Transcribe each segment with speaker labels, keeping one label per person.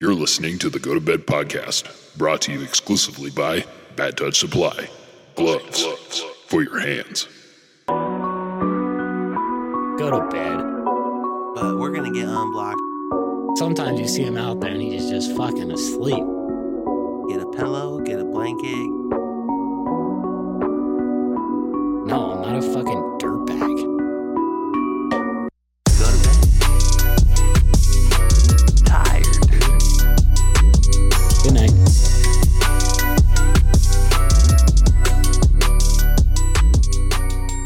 Speaker 1: You're listening to the Go to Bed podcast, brought to you exclusively by Bad Touch Supply. Gloves for your hands.
Speaker 2: Go to bed.
Speaker 3: but we're gonna get unblocked,
Speaker 2: Sometimes you see him out there and he's just fucking asleep.
Speaker 3: get a pillow, get a blanket.
Speaker 2: No, I'm not a fucking dirtbag.
Speaker 3: Go to bed. Tired, dude.
Speaker 2: Good night.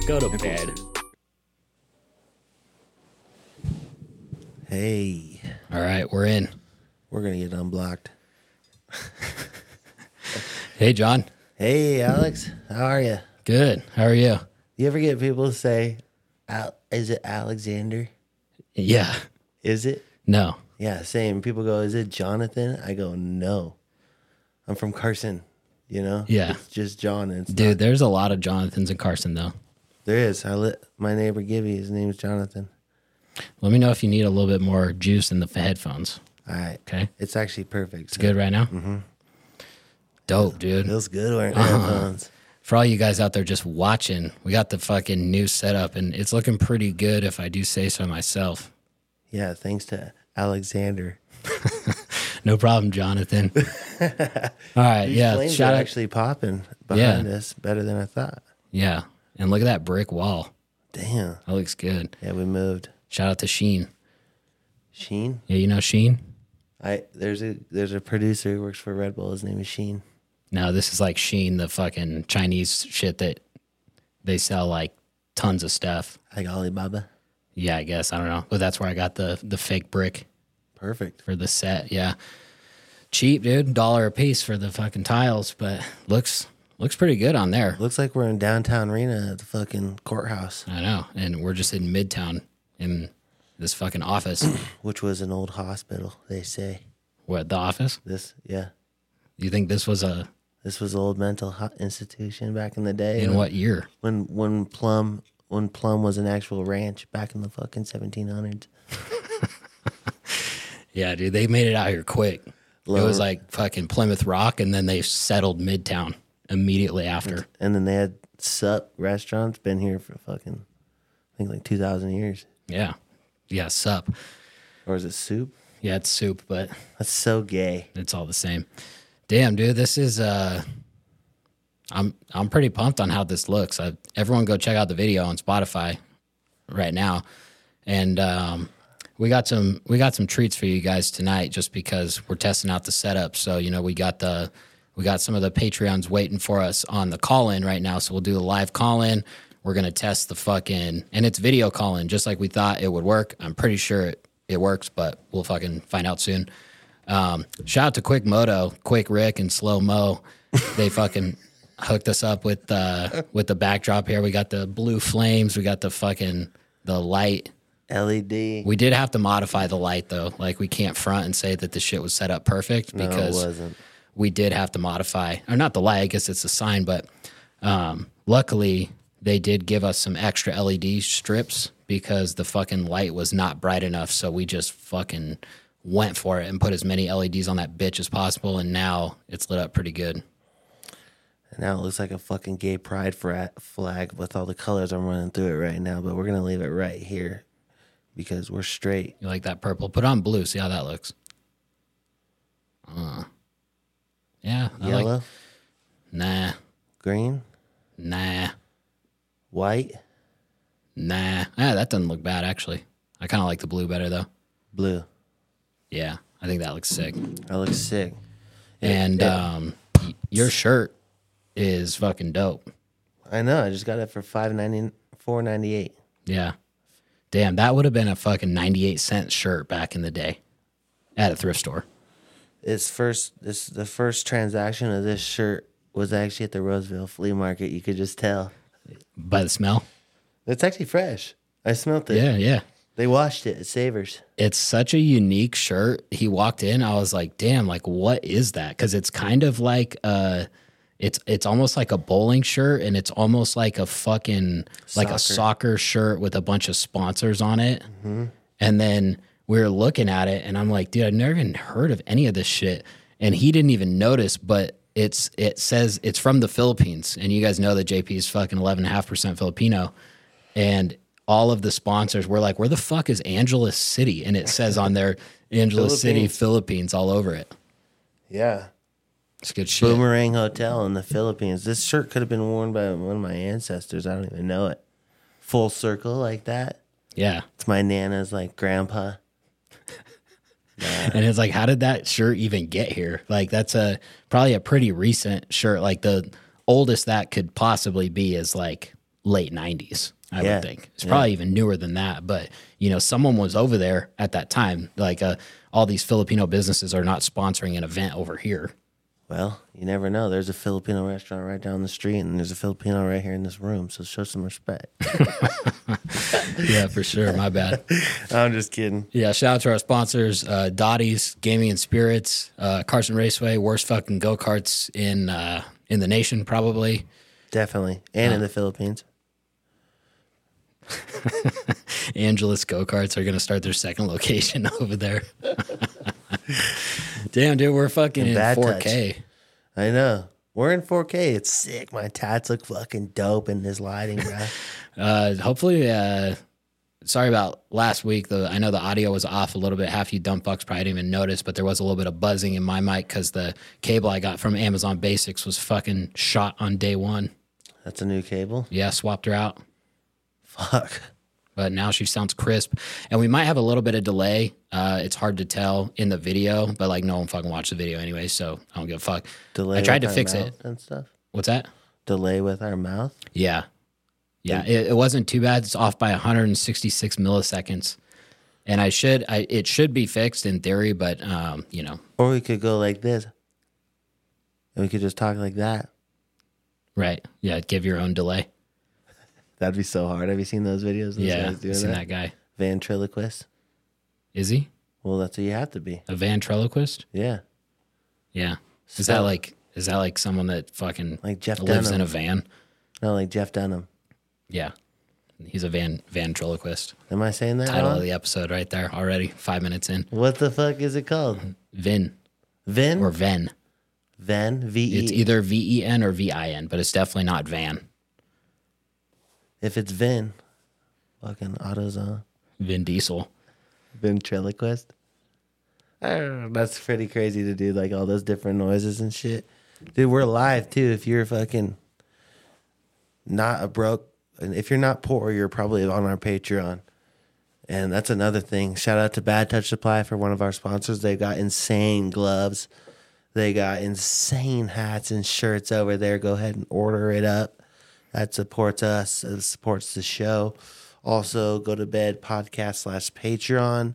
Speaker 2: Go to bed.
Speaker 3: Hey,
Speaker 2: All right, we're in.
Speaker 3: we're gonna get unblocked.
Speaker 2: Hey, John.
Speaker 3: Hey, Alex, how are you?
Speaker 2: Good. How are you?
Speaker 3: You ever get people to say, Al- "Is it Alexander?
Speaker 2: Yeah.
Speaker 3: Is it?"
Speaker 2: No.
Speaker 3: Yeah, same. People go, "Is it Jonathan?" I go, "No, I'm from Carson." You know?
Speaker 2: Yeah.
Speaker 3: It's just John. And it's
Speaker 2: Dude, there's a lot of Jonathans and Carson, though.
Speaker 3: there is. I let my neighbor Gibby. His name's Jonathan.
Speaker 2: Let me know if you need a little bit more juice in the f- headphones.
Speaker 3: All right.
Speaker 2: Okay.
Speaker 3: It's actually perfect.
Speaker 2: It's good right now? Dope, dude.
Speaker 3: Feels good wearing
Speaker 2: Uh-huh.
Speaker 3: headphones.
Speaker 2: for all you guys out there just watching, we got the fucking new setup and it's looking pretty good if I do say so myself.
Speaker 3: Yeah, thanks to Alexander.
Speaker 2: No problem, Jonathan. all right, yeah,
Speaker 3: Flames
Speaker 2: shout
Speaker 3: are
Speaker 2: out.
Speaker 3: actually popping behind
Speaker 2: Yeah.
Speaker 3: us better than I thought.
Speaker 2: Yeah. And look at that brick wall.
Speaker 3: Damn.
Speaker 2: That looks good.
Speaker 3: Yeah, we moved.
Speaker 2: Shout out to Sheen.
Speaker 3: Sheen.
Speaker 2: Yeah, you know Sheen?
Speaker 3: I there's a there's a producer who works for Red Bull. His name is Sheen.
Speaker 2: No, this is like Sheen, the fucking Chinese shit that they sell like tons of stuff.
Speaker 3: Like Alibaba.
Speaker 2: Yeah, I guess. I don't know. But that's where I got the the fake brick
Speaker 3: Perfect.
Speaker 2: for the set. Yeah. Cheap, dude. Dollar a piece for the fucking tiles, but looks looks pretty good on there.
Speaker 3: Looks like we're in downtown Rena at the fucking courthouse,
Speaker 2: I know. And we're just in Midtown in this fucking office.
Speaker 3: which was an old hospital, they say.
Speaker 2: what, the office?
Speaker 3: This yeah.
Speaker 2: You think this was a
Speaker 3: This was an old mental ho- institution back in the day.
Speaker 2: in what year?
Speaker 3: When when Plum when Plum was an actual ranch back in the fucking 1700s.
Speaker 2: Yeah, dude, they made it out here quick. It
Speaker 3: Lower-
Speaker 2: was like fucking Plymouth Rock, and then they settled Midtown immediately after.
Speaker 3: And then they had sup restaurants been here for fucking, I think like 2,000 years.
Speaker 2: Yeah. Yeah, sup.
Speaker 3: Or is it soup?
Speaker 2: Yeah, it's soup, but
Speaker 3: That's so gay.
Speaker 2: it's all the same. Damn, dude, this is uh I'm I'm pretty pumped on how this looks. I, everyone go check out the video on Spotify right now. And um we got some we got some treats for you guys tonight just because we're testing out the setup. So, you know, we got the we got some of the Patreons waiting for us on the call in right now. So we'll do the live call in. We're gonna test the fucking and it's video call in, just like we thought it would work. I'm pretty sure it, it works, but we'll fucking find out soon. Um, shout out to Quick Moto, Quick Rick, and Slow Mo. They fucking hooked us up with uh, with the backdrop here. We got the blue flames. We got the fucking the light.
Speaker 3: LED.
Speaker 2: We did have to modify the light though. Like we can't front and say that the shit was set up perfect
Speaker 3: no, it
Speaker 2: because
Speaker 3: wasn't.
Speaker 2: we did have to modify or not the light. I guess it's a sign, but um, luckily they did give us some extra LED strips because the fucking light was not bright enough. So we just fucking went for it and put as many LEDs on that bitch as possible, and now it's lit up pretty good.
Speaker 3: And now it looks like a fucking gay pride fra- flag with all the colors I'm running through it right now. But we're going to leave it right here because we're straight.
Speaker 2: You like that purple? Put on blue. See how that looks. Uh, yeah. I like-
Speaker 3: Yellow,
Speaker 2: nah.
Speaker 3: green,
Speaker 2: Nah.
Speaker 3: white,
Speaker 2: Nah. Ah, that doesn't look bad actually. I kind of like the blue better though.
Speaker 3: blue.
Speaker 2: Yeah, I think that looks sick.
Speaker 3: That looks sick.
Speaker 2: and um, y- your shirt is fucking dope.
Speaker 3: I know. I just got it for five ninety four ninety eight.
Speaker 2: Yeah, damn, that would have been a fucking ninety-eight cent shirt back in the day at a thrift store.
Speaker 3: It's first this the first transaction of this shirt was actually at the Roseville flea market. You could just tell.
Speaker 2: By the smell,
Speaker 3: It's actually fresh. I smelt it.
Speaker 2: yeah, yeah.
Speaker 3: They washed it. It savors.
Speaker 2: It's such a unique shirt. He walked in, I was like, damn, like what is that? Because it's kind of like uh it's it's almost like a bowling shirt and it's almost like a fucking like a soccer shirt with a bunch of sponsors on it. And then we were looking at it, and I'm like, dude, I've never even heard of any of this shit. And he didn't even notice, but it's it says it's from the Philippines, and you guys know that JP is fucking eleven and a half percent Filipino, and all of the sponsors were like, where the fuck is Angeles City? And it says on there, Angeles City, Philippines, all over it.
Speaker 3: Yeah.
Speaker 2: It's good shit.
Speaker 3: Boomerang Hotel in the Philippines. This shirt could have been worn by one of my ancestors. I don't even know it. Full circle like that.
Speaker 2: Yeah.
Speaker 3: It's my nana's like grandpa.
Speaker 2: and it's like how did that shirt even get here like that's a probably a pretty recent shirt like the oldest that could possibly be is like late 90s i
Speaker 3: Yeah.
Speaker 2: would think it's probably even newer than that but you know someone was over there at that time like uh, all these filipino businesses are not sponsoring an event over here
Speaker 3: Well, you never know. There's a Filipino restaurant right down the street, and there's a Filipino right here in this room. So show some respect.
Speaker 2: yeah for sure my bad
Speaker 3: I'm just kidding.
Speaker 2: Yeah, shout out to our sponsors, uh, Dottie's Gaming and Spirits, uh, Carson Raceway, worst fucking go karts in uh, in the nation, probably.
Speaker 3: Definitely. And in the Philippines.
Speaker 2: Angeles go karts are gonna start their second location over there. Damn, dude, we're fucking in
Speaker 3: Bad
Speaker 2: 4K.
Speaker 3: I know. We're in 4K. It's sick. My tats look fucking dope in this lighting, bro.
Speaker 2: Uh, hopefully, uh, sorry about last week. The I know the audio was off a little bit. Half you dumb fucks probably didn't even notice, but there was a little bit of buzzing in my mic because the cable I got from Amazon Basics was fucking shot on day one.
Speaker 3: That's a new cable.
Speaker 2: Yeah, swapped her out.
Speaker 3: Fuck.
Speaker 2: but now she sounds crisp. And we might have a little bit of delay. Uh, it's hard to tell in the video, but like no one fucking watched the video anyway, so I don't give a fuck.
Speaker 3: Delay
Speaker 2: I tried
Speaker 3: with
Speaker 2: to
Speaker 3: our
Speaker 2: fix it.
Speaker 3: mouth and stuff.
Speaker 2: What's that?
Speaker 3: Delay with our mouth.
Speaker 2: Yeah, yeah. It, it wasn't too bad. It's off by 166 milliseconds, and I should I it should be fixed in theory, but um, you know,
Speaker 3: Or we could go like this. And we could just talk like that.
Speaker 2: right? Yeah, give your own delay.
Speaker 3: That'd be so hard. Have you seen those videos? of Those
Speaker 2: yeah,
Speaker 3: guys
Speaker 2: I've
Speaker 3: doing
Speaker 2: seen that
Speaker 3: that?
Speaker 2: guy.
Speaker 3: Ventriloquist.
Speaker 2: Is he
Speaker 3: Well, that's what you have to be.
Speaker 2: a ventriloquist?
Speaker 3: Yeah.
Speaker 2: Yeah. Is
Speaker 3: So-
Speaker 2: that like is that like someone that fucking
Speaker 3: Like Jeff
Speaker 2: lives in
Speaker 3: Dunham.
Speaker 2: a van?
Speaker 3: No, like Jeff Dunham.
Speaker 2: Yeah. He's a van ventriloquist.
Speaker 3: Am I saying that?
Speaker 2: Title of
Speaker 3: Wrong?
Speaker 2: the episode right there already. Five minutes in.
Speaker 3: What the fuck is it called?
Speaker 2: Vin
Speaker 3: Vin?
Speaker 2: Mm-hmm. or Ven.
Speaker 3: Ven? V E.
Speaker 2: It's either V E N or V I N, but it's definitely not Van.
Speaker 3: If it's Vin, fucking AutoZone.
Speaker 2: Vin Diesel.
Speaker 3: Ventriloquist. I don't know, That's pretty crazy to do like all those different noises and shit. Dude, we're live too. If you're fucking not a broke, and if you're not poor, you're probably on our Patreon. And that's another thing. Shout out to Bad Touch Supply for one of our sponsors. They got insane gloves. They got insane hats and shirts over there. Go ahead and order it up. That supports us. It supports the show. Also, go to bed podcast slash Patreon.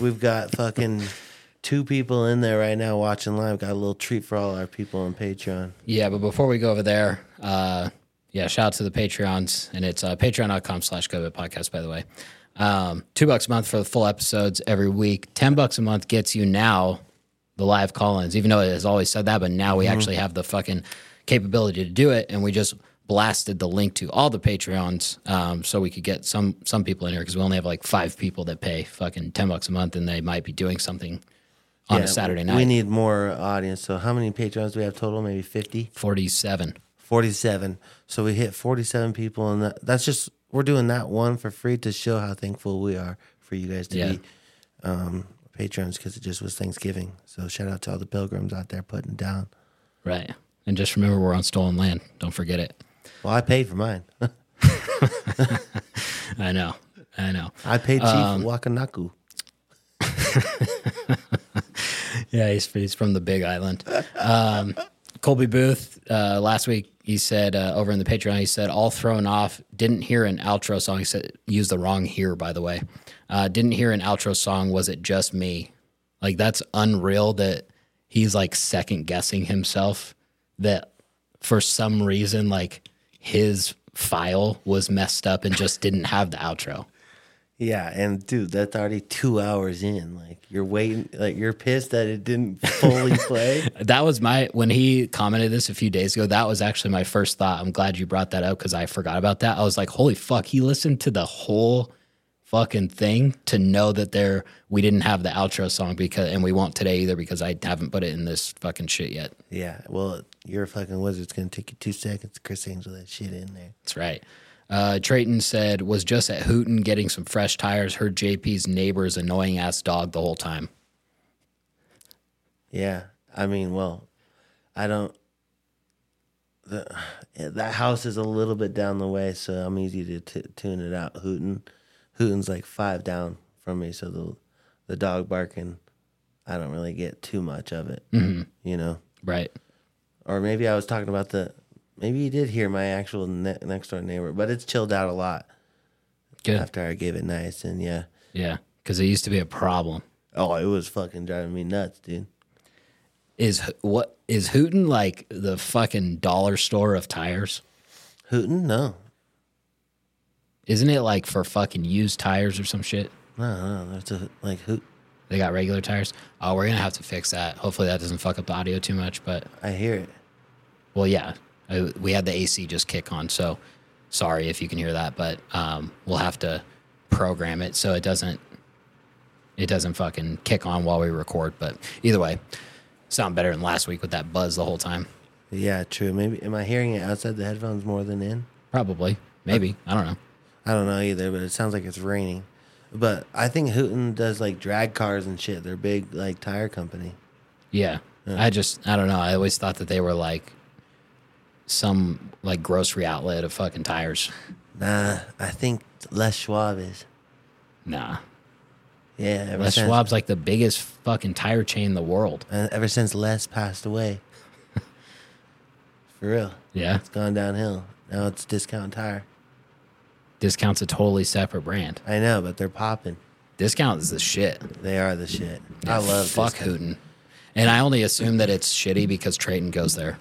Speaker 3: We've got fucking two people in there right now watching live. Got a little treat for all our people on Patreon.
Speaker 2: Yeah, but before we go over there, uh, yeah, shout out to the Patreons. And it's uh, patreon.com slash COVID podcast, by the way. Um, two bucks a month for the full episodes every week. Ten bucks a month gets you now the live call ins, even though it has always said that, but now
Speaker 3: Mm-hmm.
Speaker 2: we actually have the fucking capability to do it. And we just blasted the link to all the Patreons um, so we could get some some people in here because we only have like five people that pay fucking ten bucks a month and they might be doing something on
Speaker 3: Yeah,
Speaker 2: a Saturday
Speaker 3: We
Speaker 2: night.
Speaker 3: need more audience. So, how many Patreons do we have total? Maybe 50?
Speaker 2: 47.
Speaker 3: 47. So, we hit 47 people. And that, that's just, we're doing that one for free to show how thankful we are for you guys to
Speaker 2: Yeah.
Speaker 3: be um, patrons because it just was Thanksgiving. So, shout out to all the pilgrims out there putting it down.
Speaker 2: Right. And just remember we're on stolen land. Don't forget it.
Speaker 3: Well, I paid for mine.
Speaker 2: I know. I know.
Speaker 3: I paid Chief Wakanaku.
Speaker 2: Yeah, he's, he's from the Big Island. Um, Colby Booth, uh, last week, he said uh, over in the Patreon, he said, all thrown off. Didn't hear an outro song. He said, use the wrong here, by the way. Uh, didn't hear an outro song. Was it just me? Like, that's unreal that he's like second guessing himself that for some reason, like his file was messed up and just didn't have the outro.
Speaker 3: Yeah, and dude, that's already two hours in. Like you're waiting, like you're pissed that it didn't fully play.
Speaker 2: That was my when he commented this a few days ago. That was actually my first thought. I'm glad you brought that up because I forgot about that. I was like, "Holy fuck!" He listened to the whole fucking thing to know that there we didn't have the outro song because and we won't today either because I haven't put it in this fucking shit yet.
Speaker 3: Yeah, well, you're a fucking wizard. It's gonna take you two seconds. to Chris Angel that shit in there.
Speaker 2: That's right. Uh, Trayton said was just at Hooten getting some fresh tires. Heard JP's neighbor's annoying ass dog the whole time.
Speaker 3: Yeah, I mean, well, I don't. The, yeah, that house is a little bit down the way, so I'm easy to t- tune it out. Hooten, Hooten's like five down from me, so the the dog barking, I don't really get too much of it. You know,
Speaker 2: Right.
Speaker 3: or maybe I was talking about the. Maybe you did hear my actual ne- next door neighbor, but it's chilled out a lot
Speaker 2: Good.
Speaker 3: after I gave it nice and yeah.
Speaker 2: Yeah. Because it used to be a problem.
Speaker 3: Oh, it was fucking driving me nuts, dude.
Speaker 2: Is Ho- what is Hooten like the fucking dollar store of tires?
Speaker 3: Hooten? No.
Speaker 2: Isn't it like for fucking used tires or some shit?
Speaker 3: No, no. That's a, like, hoot.
Speaker 2: They got regular tires. Oh, we're gonna have to fix that. Hopefully that doesn't fuck up the audio too much. But
Speaker 3: I hear it.
Speaker 2: well, yeah, I, we had the AC just kick on, so sorry if you can hear that. But um, we'll have to program it so it doesn't it doesn't fucking kick on while we record. But either way, sound better than last week with that buzz the whole time.
Speaker 3: Yeah, true. Maybe, am I hearing it outside the headphones more than in?
Speaker 2: Probably, maybe I don't know.
Speaker 3: I don't know either, but it sounds like it's raining. But I think Hooten does like drag cars and shit. They're big, like, tire company.
Speaker 2: Yeah. I just I don't know. I always thought that they were like some like grocery outlet of fucking tires.
Speaker 3: Nah, I think Les Schwab is.
Speaker 2: Nah.
Speaker 3: Yeah, ever
Speaker 2: Les
Speaker 3: since,
Speaker 2: Schwab's like the biggest fucking tire chain in the world.
Speaker 3: uh, ever since Les passed away. For real.
Speaker 2: Yeah.
Speaker 3: It's gone downhill. Now it's discount tire.
Speaker 2: Discount's a totally separate brand.
Speaker 3: I know, but they're popping.
Speaker 2: Discount is the shit.
Speaker 3: They are the shit. I love
Speaker 2: fuck
Speaker 3: Discount.
Speaker 2: Hooten. And I only assume that it's shitty because Trayton goes there.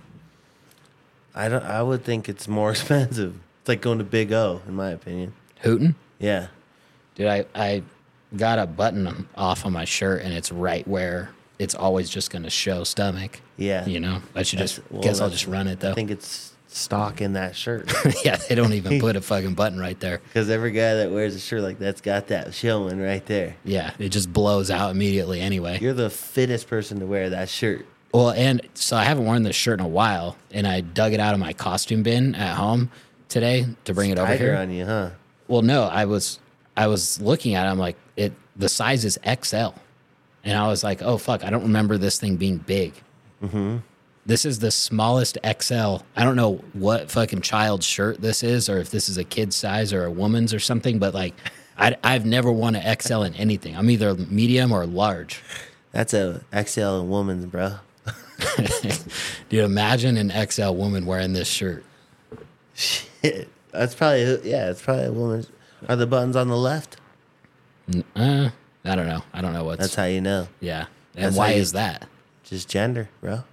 Speaker 3: I don't. I would think it's more expensive. It's like going to Big O, in my opinion.
Speaker 2: Hooten?
Speaker 3: Yeah.
Speaker 2: Dude, I, I got a button off on my shirt and it's right where it's always just gonna show stomach.
Speaker 3: Yeah.
Speaker 2: You know? I should just
Speaker 3: That's- well,
Speaker 2: guess I'll
Speaker 3: that's-
Speaker 2: just run it though.
Speaker 3: I think it's stock in that shirt
Speaker 2: yeah, they don't even put a fucking button right there.
Speaker 3: because every guy that wears a shirt like that's got that showing right there.
Speaker 2: Yeah, it just blows out immediately anyway.
Speaker 3: You're the fittest person to wear that shirt.
Speaker 2: Well, and so I haven't worn this shirt in a while, and I dug it out of my costume bin at home today to bring it over
Speaker 3: Tiger
Speaker 2: here.
Speaker 3: on you, huh?
Speaker 2: Well, no, I was I was looking at it. I'm like, it the size is XL, and I was like, oh fuck, I don't remember this thing being big.
Speaker 3: Mm-hmm.
Speaker 2: This is the smallest XL. I don't know what fucking child's shirt this is, or if this is a kid's size or a woman's or something, but like, I, I've never worn an XL in anything. I'm either medium or large.
Speaker 3: That's a XL woman's, bro.
Speaker 2: Dude, imagine an XL woman wearing this shirt.
Speaker 3: that's probably yeah. It's probably a woman's. Are the buttons on the left?
Speaker 2: Uh, I don't know. I don't know what's.
Speaker 3: That's how you know.
Speaker 2: yeah. And
Speaker 3: that's
Speaker 2: why
Speaker 3: how you-
Speaker 2: is that?
Speaker 3: Just gender, bro.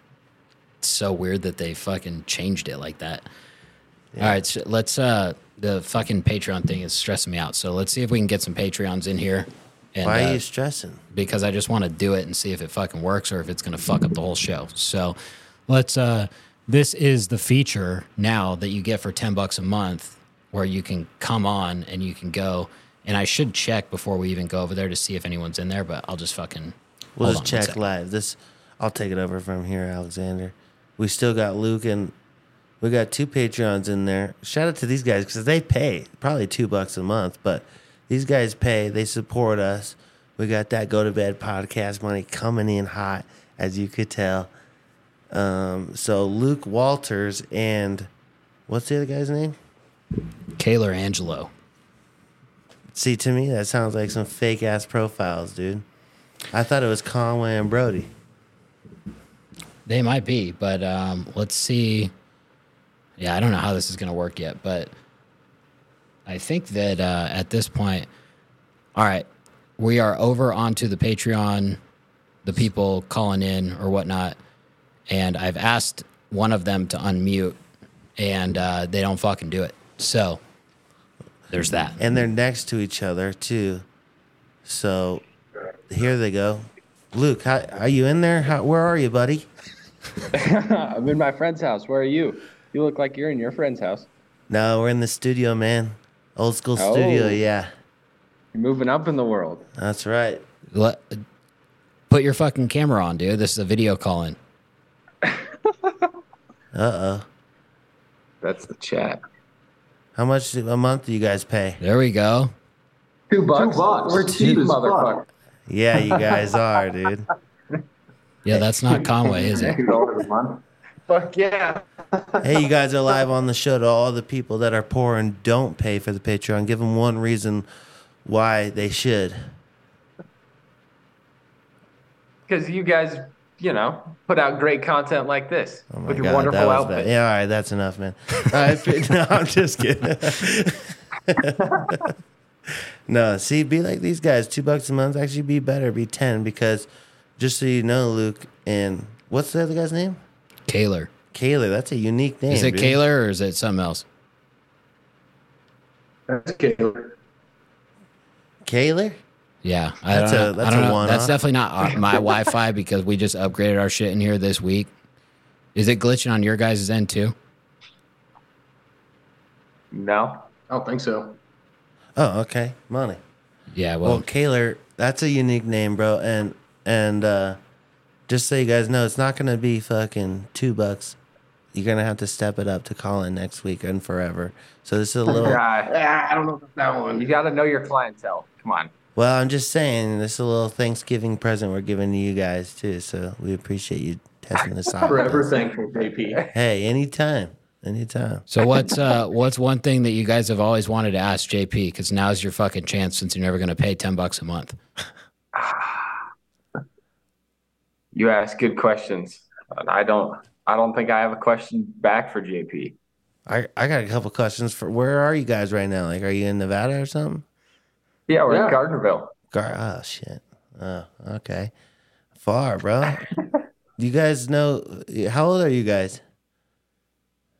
Speaker 2: It's so weird that they fucking changed it like that. All right, so let's. uh The fucking Patreon thing is stressing me out. So let's see if we can get some Patreons in here. And,
Speaker 3: Why
Speaker 2: uh,
Speaker 3: are you stressing?
Speaker 2: because I just want to do it and see if it fucking works or if it's going to fuck up the whole show. So let's, uh, this is the feature now that you get for 10 bucks a month where you can come on and you can go. And I should check before we even go over there to see if anyone's in there, but I'll just fucking.
Speaker 3: We'll
Speaker 2: hold on one
Speaker 3: just check
Speaker 2: sec.
Speaker 3: live. This, I'll take it over from here, Alexander. We still got Luke and we got two Patreons in there. Shout out to these guys because they pay probably two bucks a month, but these guys pay. They support us. We got that go to bed podcast money coming in hot, as you could tell. Um, so Luke Walters and what's the other guy's name?
Speaker 2: Kaylor Angelo.
Speaker 3: See, to me, that sounds like some fake ass profiles, dude. I thought it was Conway and Brody.
Speaker 2: They might be, but um, let's see. Yeah, I don't know how this is going to work yet, but I think that uh, at this point, all right, we are over onto the Patreon, the people calling in or whatnot, and I've asked one of them to unmute, and uh, they don't fucking do it. So there's that.
Speaker 3: and they're next to each other too. So here they go. Luke, how, are you in there? How, where are you, buddy?
Speaker 4: I'm in my friend's house. Where are you? You look like you're in your friend's house.
Speaker 3: No, we're in the studio, man. Old school
Speaker 4: Oh.
Speaker 3: studio, yeah.
Speaker 4: You're moving up in the world.
Speaker 3: That's right.
Speaker 2: Let, put your fucking camera on, dude. This is a video call in.
Speaker 3: Uh oh.
Speaker 4: That's the chat.
Speaker 3: How much a month do you guys pay?
Speaker 2: There we go.
Speaker 4: Two bucks. We're cheap,
Speaker 5: Cheap as fuck.
Speaker 4: motherfucker.
Speaker 3: Yeah, you guys are, dude.
Speaker 2: Yeah, that's not Conway, is it?
Speaker 5: Two dollars a month.
Speaker 4: Fuck yeah.
Speaker 3: Hey, you guys are live on the show to all the people that are poor and don't pay for the Patreon. Give them one reason why they should.
Speaker 4: Because you guys, you know, put out great content like this
Speaker 3: Oh my
Speaker 4: with your
Speaker 3: God, that
Speaker 4: wonderful
Speaker 3: was
Speaker 4: outfit.
Speaker 3: bad. Yeah, all right, that's enough, man. All right, no, I'm just kidding. no, see, be like these guys. Two bucks a month actually be better. Be ten because, just so you know, Luke and what's the other guy's name?
Speaker 2: Kaler.
Speaker 3: Kaler. That's a unique name.
Speaker 2: Is it
Speaker 3: dude.
Speaker 2: Kaler or is it something else?
Speaker 5: That's killer.
Speaker 3: Kaler.
Speaker 2: Yeah, I
Speaker 3: That's
Speaker 2: don't
Speaker 3: a-
Speaker 2: know.
Speaker 3: that's
Speaker 2: I don't
Speaker 3: a
Speaker 2: know.
Speaker 3: one-off.
Speaker 2: That's definitely not uh, my Wi-Fi because we just upgraded our shit in here this week. Is it glitching on your guys' end too?
Speaker 4: No.
Speaker 5: I don't think so.
Speaker 3: Oh, okay. Money.
Speaker 2: Yeah, well,
Speaker 3: Well, Kaler, that's a unique name, bro. And and uh, just so you guys know, it's not gonna be fucking two bucks. You're gonna have to step it up to call in next week and forever. So this is a little.
Speaker 4: Ah,
Speaker 5: Ah, I don't know about that
Speaker 4: You
Speaker 5: one.
Speaker 4: got to know your clientele. Come on.
Speaker 3: Well, I'm just saying, this is a little Thanksgiving present we're giving to you guys too. So we appreciate you testing this out. with
Speaker 5: Forever
Speaker 3: us.
Speaker 5: thankful, JP.
Speaker 3: Hey, anytime, anytime.
Speaker 2: so what's uh, what's one thing that you guys have always wanted to ask JP? Because now's your fucking chance since you're never going to pay ten bucks a month.
Speaker 4: You ask good questions. And I don't. I don't think I have a question back for JP.
Speaker 3: I I got a couple questions for. Where are you guys right now? Like, are you in Nevada or something?
Speaker 4: Yeah, we're
Speaker 5: Yeah.
Speaker 4: in Gardnerville.
Speaker 3: Gar. Oh shit. Oh, okay. Far, bro. you guys know how old are you guys?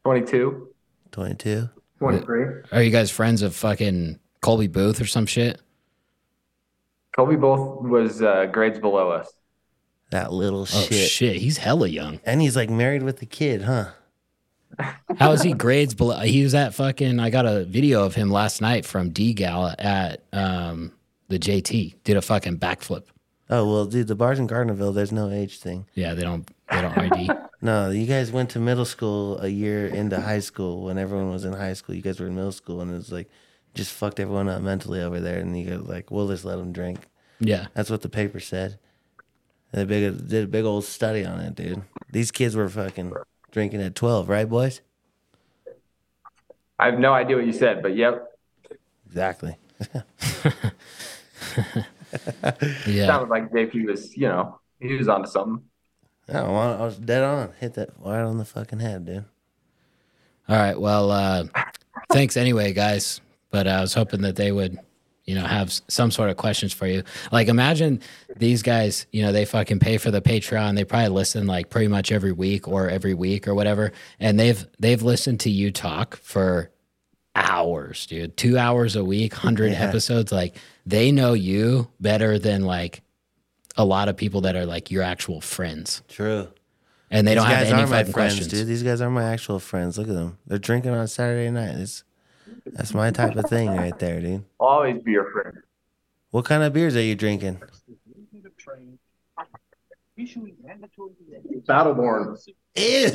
Speaker 4: 22.
Speaker 3: Twenty two.
Speaker 5: Twenty-three.
Speaker 2: Are you guys friends of fucking Colby Booth or some shit?
Speaker 4: Kobe both was uh, grades below us.
Speaker 3: That little
Speaker 2: Oh shit,
Speaker 3: shit.
Speaker 2: he's hella young.
Speaker 3: And he's like married with a kid, huh?
Speaker 2: How is he grades below? He was at fucking. I got a video of him last night from D Gal at um, the JT. Did a fucking backflip.
Speaker 3: Oh well, dude, the bars in Gardnerville, there's no age thing.
Speaker 2: Yeah, they don't they don't ID.
Speaker 3: No, you guys went to middle school a year into high school when everyone was in high school. You guys were in middle school, and it was like just fucked everyone up mentally over there. And you guys were like, we'll just let them drink.
Speaker 2: Yeah.
Speaker 3: That's what the paper said. They big, did a big old study on it, dude. These kids were fucking drinking at twelve, right, boys?
Speaker 4: I have no idea what you said, but yep,
Speaker 3: Exactly.
Speaker 2: Yeah.
Speaker 4: sounded like JP was, you know, he was onto something.
Speaker 3: No, I was dead on. Hit that right on the fucking head, dude.
Speaker 2: All right. Well, uh, thanks anyway, guys. But uh, I was hoping that they would, you know, have s- some sort of questions for you. Like, imagine these guys, you know, they fucking pay for the Patreon. They probably listen like pretty much every week or every week or whatever. And they've, they've listened to you talk for hours, dude, two hours a week, 100 episodes. Like, they know you better than like a lot of people that are like your actual friends.
Speaker 3: True.
Speaker 2: And they
Speaker 3: These
Speaker 2: don't have
Speaker 3: guys
Speaker 2: any
Speaker 3: are
Speaker 2: fucking
Speaker 3: my friends,
Speaker 2: questions.
Speaker 3: dude. These guys are my actual friends. Look at them. They're drinking on Saturday night. It's, that's my type of thing right there, dude.
Speaker 4: I'll always be your friend.
Speaker 3: What kind of beers are you drinking?
Speaker 5: Battleborn.
Speaker 3: Ew.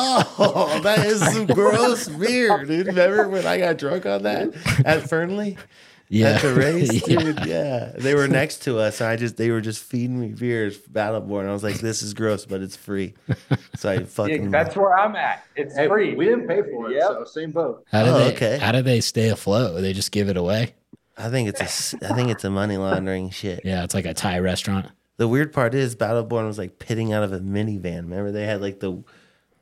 Speaker 3: oh, that is some gross beer, dude. Remember when I got drunk on that at Fernley?
Speaker 2: Yeah.
Speaker 3: At the race,
Speaker 2: Yeah.
Speaker 3: dude. Yeah. They were next to us. And I just they were just feeding me beers, Battleborn. I was like, this is gross, but it's free. So I
Speaker 4: Yeah,
Speaker 3: fucking
Speaker 4: that's where I'm at. It's
Speaker 5: Hey,
Speaker 4: free.
Speaker 5: we didn't pay for it,
Speaker 4: Yep.
Speaker 5: so same boat.
Speaker 2: How do
Speaker 3: Oh,
Speaker 2: they?
Speaker 3: okay.
Speaker 2: How do they stay afloat? They just give it away.
Speaker 3: I think it's a s- I think it's a money laundering shit.
Speaker 2: Yeah, it's like a Thai restaurant.
Speaker 3: The weird part is Battleborn was like pitting out of a minivan. Remember they had like the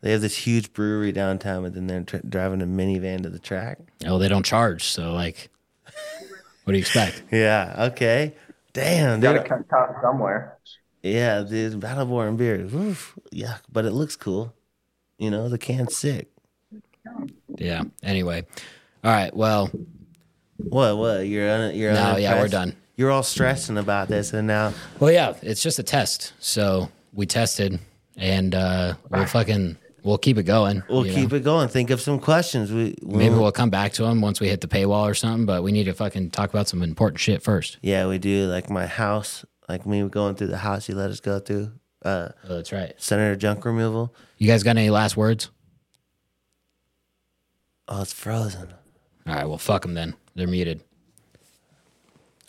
Speaker 3: they have this huge brewery downtown, but then they're tr- driving a minivan to the track.
Speaker 2: Oh, they don't charge. So like, what do you expect?
Speaker 3: Yeah. Okay. Damn.
Speaker 4: Gotta
Speaker 3: dude.
Speaker 4: cut costs somewhere.
Speaker 3: Yeah, dude. Battleborn beer. Oof, yuck. But it looks cool. You know the can's sick.
Speaker 2: Yeah. Anyway, all right. Well,
Speaker 3: What? What? You're un, you're
Speaker 2: No, yeah, we're
Speaker 3: unimpressed?
Speaker 2: done.
Speaker 3: You're all stressing about this, and now
Speaker 2: well, yeah. It's just a test. So we tested, and uh, we'll fucking we'll keep it going.
Speaker 3: We'll
Speaker 2: you know?
Speaker 3: keep it going. Think of some questions. We
Speaker 2: Maybe
Speaker 3: we'll-
Speaker 2: we'll come back to them once we hit the paywall or something, but we need to fucking talk about some important shit first.
Speaker 3: yeah, we do like my house, like me going through the house you let us go through. Uh,
Speaker 2: Oh, that's right.
Speaker 3: Senator Junk Removal.
Speaker 2: You guys got any last words?
Speaker 3: Oh, it's frozen.
Speaker 2: All right, well, fuck them then. They're muted.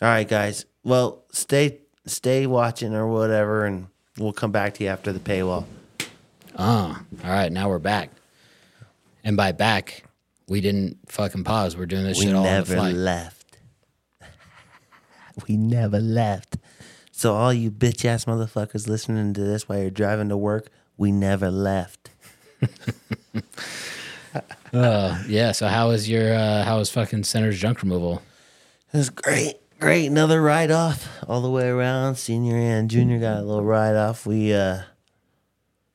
Speaker 3: All right, guys. Well, stay stay watching or whatever, and we'll come back to you after the paywall.
Speaker 2: Ah, all right, now we're back. And by back, we didn't fucking pause. We're doing this
Speaker 3: we
Speaker 2: shit all
Speaker 3: never
Speaker 2: on the fly.
Speaker 3: left. we never left. So all you bitch ass motherfuckers listening to this while you're driving to work, we never left.
Speaker 2: Uh, yeah. So how was your uh, how was fucking Senator's junk removal?
Speaker 3: It was great. Great. Another ride off all the way around. Senior and junior got a little ride off. We, uh,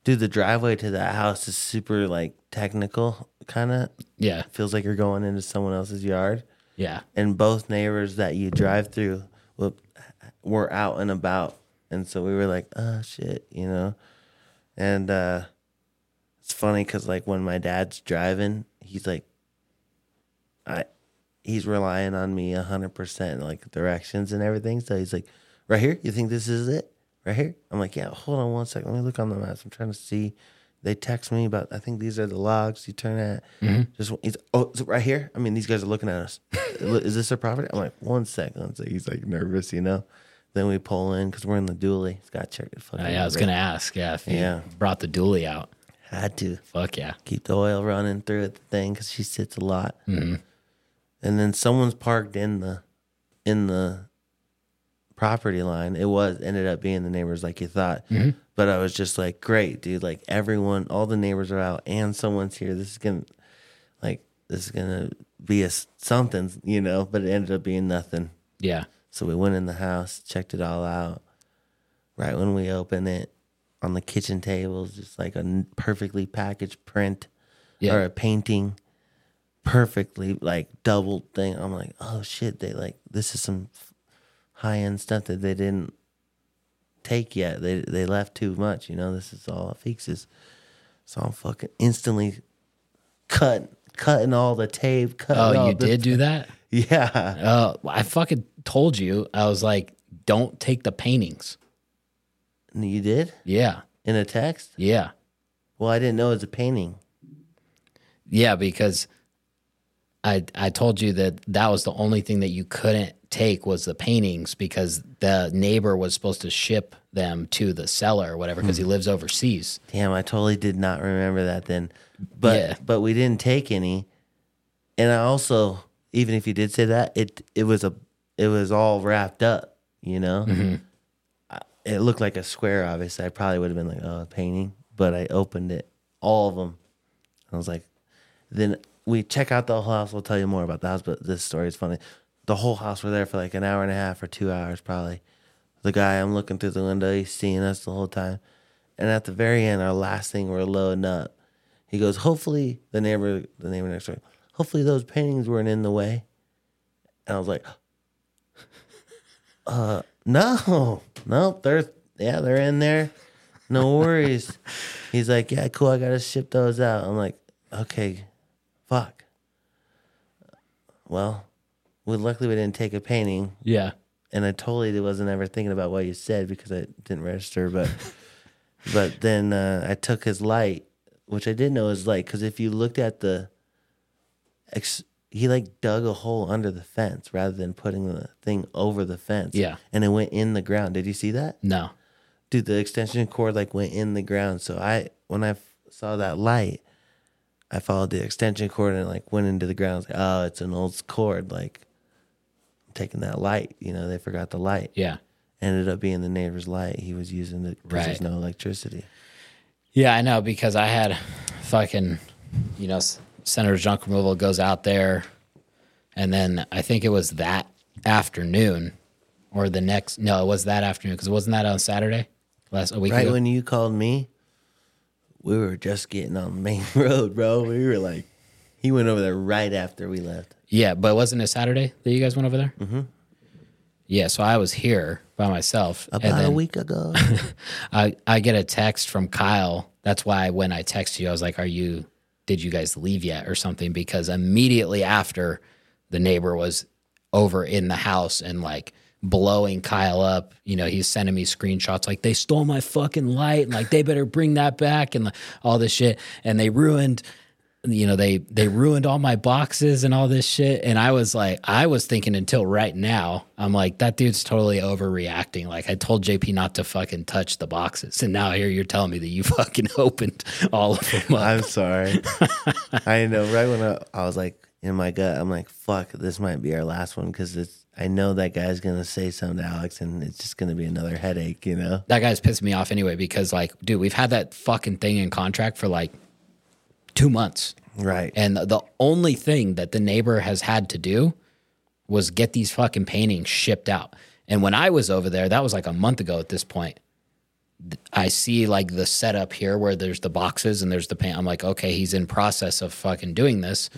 Speaker 3: dude, the driveway to that house is super like technical, kind of
Speaker 2: Yeah,
Speaker 3: feels like you're going into someone else's yard.
Speaker 2: yeah.
Speaker 3: And both neighbors that you drive through were, were out and about. And so we were like, oh shit, you know? And, uh, it's funny because like when my dad's driving, he's like, I, he's relying on me hundred percent, like directions and everything. So he's like, right here, you think this is it? Right here? I'm like, yeah. Hold on one sec. Let me look on the maps. I'm trying to see. They text me about. I think these are the logs you turn at.
Speaker 2: Mm-hmm.
Speaker 3: Just he's oh is it right here. I mean, these guys are looking at us. is this their property? I'm like, one sec, one sec. He's like nervous, you know. Then we pull in because we're in the dually. It's got checked. Fucking
Speaker 2: Uh, yeah, I was gonna ask. Yeah, if you
Speaker 3: Yeah.
Speaker 2: brought the dually out.
Speaker 3: had to.
Speaker 2: Fuck yeah.
Speaker 3: keep the oil running through it, the thing because she sits a lot. And then someone's parked in the in the property line. It was ended up being the neighbors like you thought. But I was just like, great, dude. Like everyone, all the neighbors are out, and someone's here. This is gonna like this is gonna be a s- something, you know. But it ended up being nothing.
Speaker 2: Yeah.
Speaker 3: So we went in the house, checked it all out. Right when we open it, on the kitchen table is just like a n- perfectly packaged print
Speaker 2: Yeah.
Speaker 3: or a painting, perfectly like doubled thing. I'm like, oh shit, they like this is some high end stuff that they didn't take yet. They they left too much, you know. This is all fixes. So I'm fucking instantly cutting cutting all the tape. Cutting
Speaker 2: Oh,
Speaker 3: all
Speaker 2: you
Speaker 3: Uh, the-
Speaker 2: did do that?
Speaker 3: Yeah.
Speaker 2: Uh, I fucking told you. I was like, don't take the paintings.
Speaker 3: You did
Speaker 2: Yeah.
Speaker 3: in a text.
Speaker 2: Yeah.
Speaker 3: Well, I didn't know it was a painting.
Speaker 2: Yeah, because I I told you that that was the only thing that you couldn't take was the paintings because the neighbor was supposed to ship them to the seller or whatever because he lives overseas.
Speaker 3: Damn, I totally did not remember that then. But
Speaker 2: Yeah.
Speaker 3: but we didn't take any. And I also, even if you did say that, it it was a it was all wrapped up, you know. I, it looked like a square. Obviously, I probably would have been like, "Oh, a painting," but I opened it, all of them. I was like, then we check out the whole house. We'll tell you more about the house, but this story is funny. The whole house, we're there for like an hour and a half or two hours, probably. The guy, I'm looking through the window, he's seeing us the whole time. And at the very end, our last thing, we're loading up. He goes, Hopefully, the neighbor, the neighbor next door, hopefully those paintings weren't in the way. And I was like, Uh, no, no, they're, yeah, they're in there. No worries. He's like, Yeah, cool. I got to ship those out. I'm like, Okay, fuck. Well, we luckily we didn't take a painting
Speaker 2: Yeah.
Speaker 3: and I totally wasn't ever thinking about what you said because I didn't register. But but then uh, I took his light, which I didn't know was light, because if you looked at the, ex- he like dug a hole under the fence rather than putting the thing over the fence.
Speaker 2: Yeah.
Speaker 3: and it went in the ground. Did you see that,
Speaker 2: No.
Speaker 3: dude? The extension cord like went in the ground. So I when I f- saw that light. I followed the extension cord and it, like went into the ground. I was like, oh, it's an old cord. Like, I'm taking that light. You know, they forgot the light
Speaker 2: Yeah.
Speaker 3: ended up being the neighbor's light he was using it because there's
Speaker 2: Right.
Speaker 3: no electricity.
Speaker 2: Yeah, I know because I had fucking, you know, S- Senator Junk Removal goes out there, and then I think it was that afternoon or the next. No, it was that afternoon because wasn't that on Saturday last a week
Speaker 3: Right
Speaker 2: ago?
Speaker 3: when you called me, we were just getting on the main road, bro. We were like, he went over there right after we left.
Speaker 2: Yeah, but wasn't it Saturday that you guys went over there? Mm-hmm. Yeah, so I was here by myself. and
Speaker 3: About a
Speaker 2: then
Speaker 3: week ago.
Speaker 2: I, I get a text from Kyle. That's why when I text you, I was like, Are you did you guys leave yet or something? Because immediately after the neighbor was over in the house and like blowing Kyle up, you know, he's sending me screenshots like they stole my fucking light and like they better bring that back and like, all this shit. And they ruined you know they they ruined all my boxes and all this shit and i was like i was thinking until right now i'm like that dude's totally overreacting like i told jp not to fucking touch the boxes and now here you're telling me that you fucking opened all of them up
Speaker 3: I'm sorry. I know. Right when I, I was like in my gut, I'm like, "Fuck, this might be our last one," because it's. I know that guy's gonna say something to Alex, and it's just gonna be another headache, you know.
Speaker 2: that guy's pissing me off anyway because like dude we've had that fucking thing in contract for like two months
Speaker 3: Right.
Speaker 2: And the- the only thing that the neighbor has had to do was get these fucking paintings shipped out. And when I was over there, that was like a month ago at this point. th- I see like the setup here where there's the boxes and there's the paint. I'm like, okay, he's in process of fucking doing this,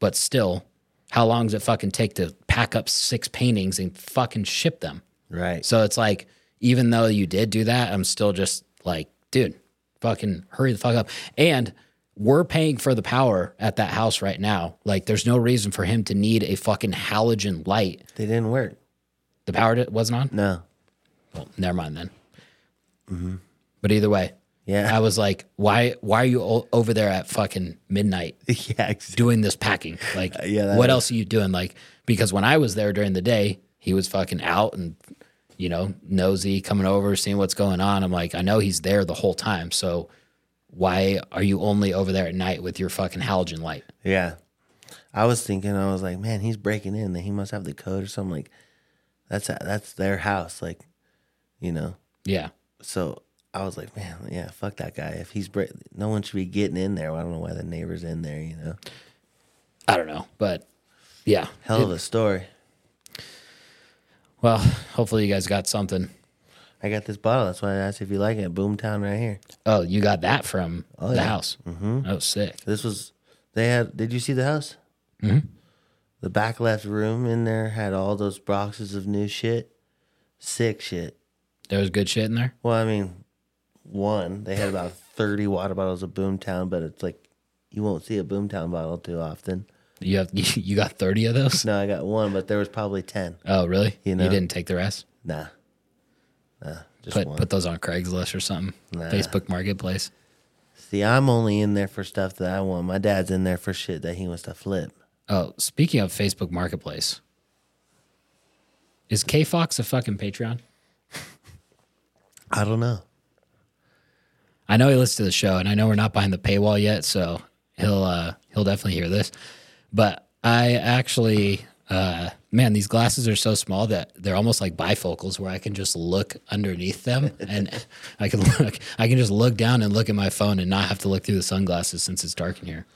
Speaker 2: but still, how long does it fucking take to pack up six paintings and fucking ship them?
Speaker 3: right.
Speaker 2: So it's like, even though you did do that, I'm still just like, dude, fucking hurry the fuck up. And we're paying for the power at that house right now. Like, there's no reason for him to need a fucking halogen light.
Speaker 3: they didn't work.
Speaker 2: The power di- wasn't on?
Speaker 3: No.
Speaker 2: Well, never mind then. But either way, I
Speaker 3: Yeah.
Speaker 2: was like, why, why are you o- over there at fucking midnight
Speaker 3: yeah. ex-
Speaker 2: doing this packing? Like,
Speaker 3: Uh, yeah, that
Speaker 2: what
Speaker 3: is-
Speaker 2: else are you doing? Like, because when I was there during the day, he was fucking out and, you know, nosy, coming over, seeing what's going on. I'm like, I know he's there the whole time. So why are you only over there at night with your fucking halogen light?
Speaker 3: Yeah. I was thinking, I was like, man, he's breaking in. He must have the code or something. Like, that's that's their house. Like, you know.
Speaker 2: Yeah.
Speaker 3: so I was like, man, yeah, fuck that guy. If he's bra- no one should be getting in there. I don't know why the neighbor's in there. You know,
Speaker 2: I don't know. But yeah.
Speaker 3: hell of a story.
Speaker 2: Well, hopefully you guys got something.
Speaker 3: I got this bottle. That's why I asked if you like it. Boomtown right here.
Speaker 2: Oh, you got that from the
Speaker 3: yeah.
Speaker 2: house. Mm-hmm. Oh, sick.
Speaker 3: This was they had. Did you see the house? Mm-hmm. The back left room in there had all those boxes of new shit, sick shit.
Speaker 2: There was good shit in there.
Speaker 3: Well, I mean, one they had about thirty water bottles of Boomtown, but it's like you won't see a Boomtown bottle too often.
Speaker 2: You have you got thirty of those.
Speaker 3: No, I got one, but there was probably ten.
Speaker 2: Oh, really?
Speaker 3: You
Speaker 2: You,
Speaker 3: know.
Speaker 2: didn't take the rest.
Speaker 3: Nah, nah, just
Speaker 2: Put
Speaker 3: one.
Speaker 2: put those on Craigslist or something.
Speaker 3: Nah.
Speaker 2: Facebook Marketplace.
Speaker 3: See, I'm only in there for stuff that I want. My dad's in there for shit that he wants to flip.
Speaker 2: Oh, speaking of Facebook Marketplace, is K Fox a fucking Patreon?
Speaker 3: I don't know.
Speaker 2: I know he listens to the show, and I know we're not behind the paywall yet, so he'll uh, he'll definitely hear this. But I actually, uh, man, these glasses are so small that they're almost like bifocals, where I can just look underneath them, and I can look, I can just look down and look at my phone, and not have to look through the sunglasses since it's dark in here.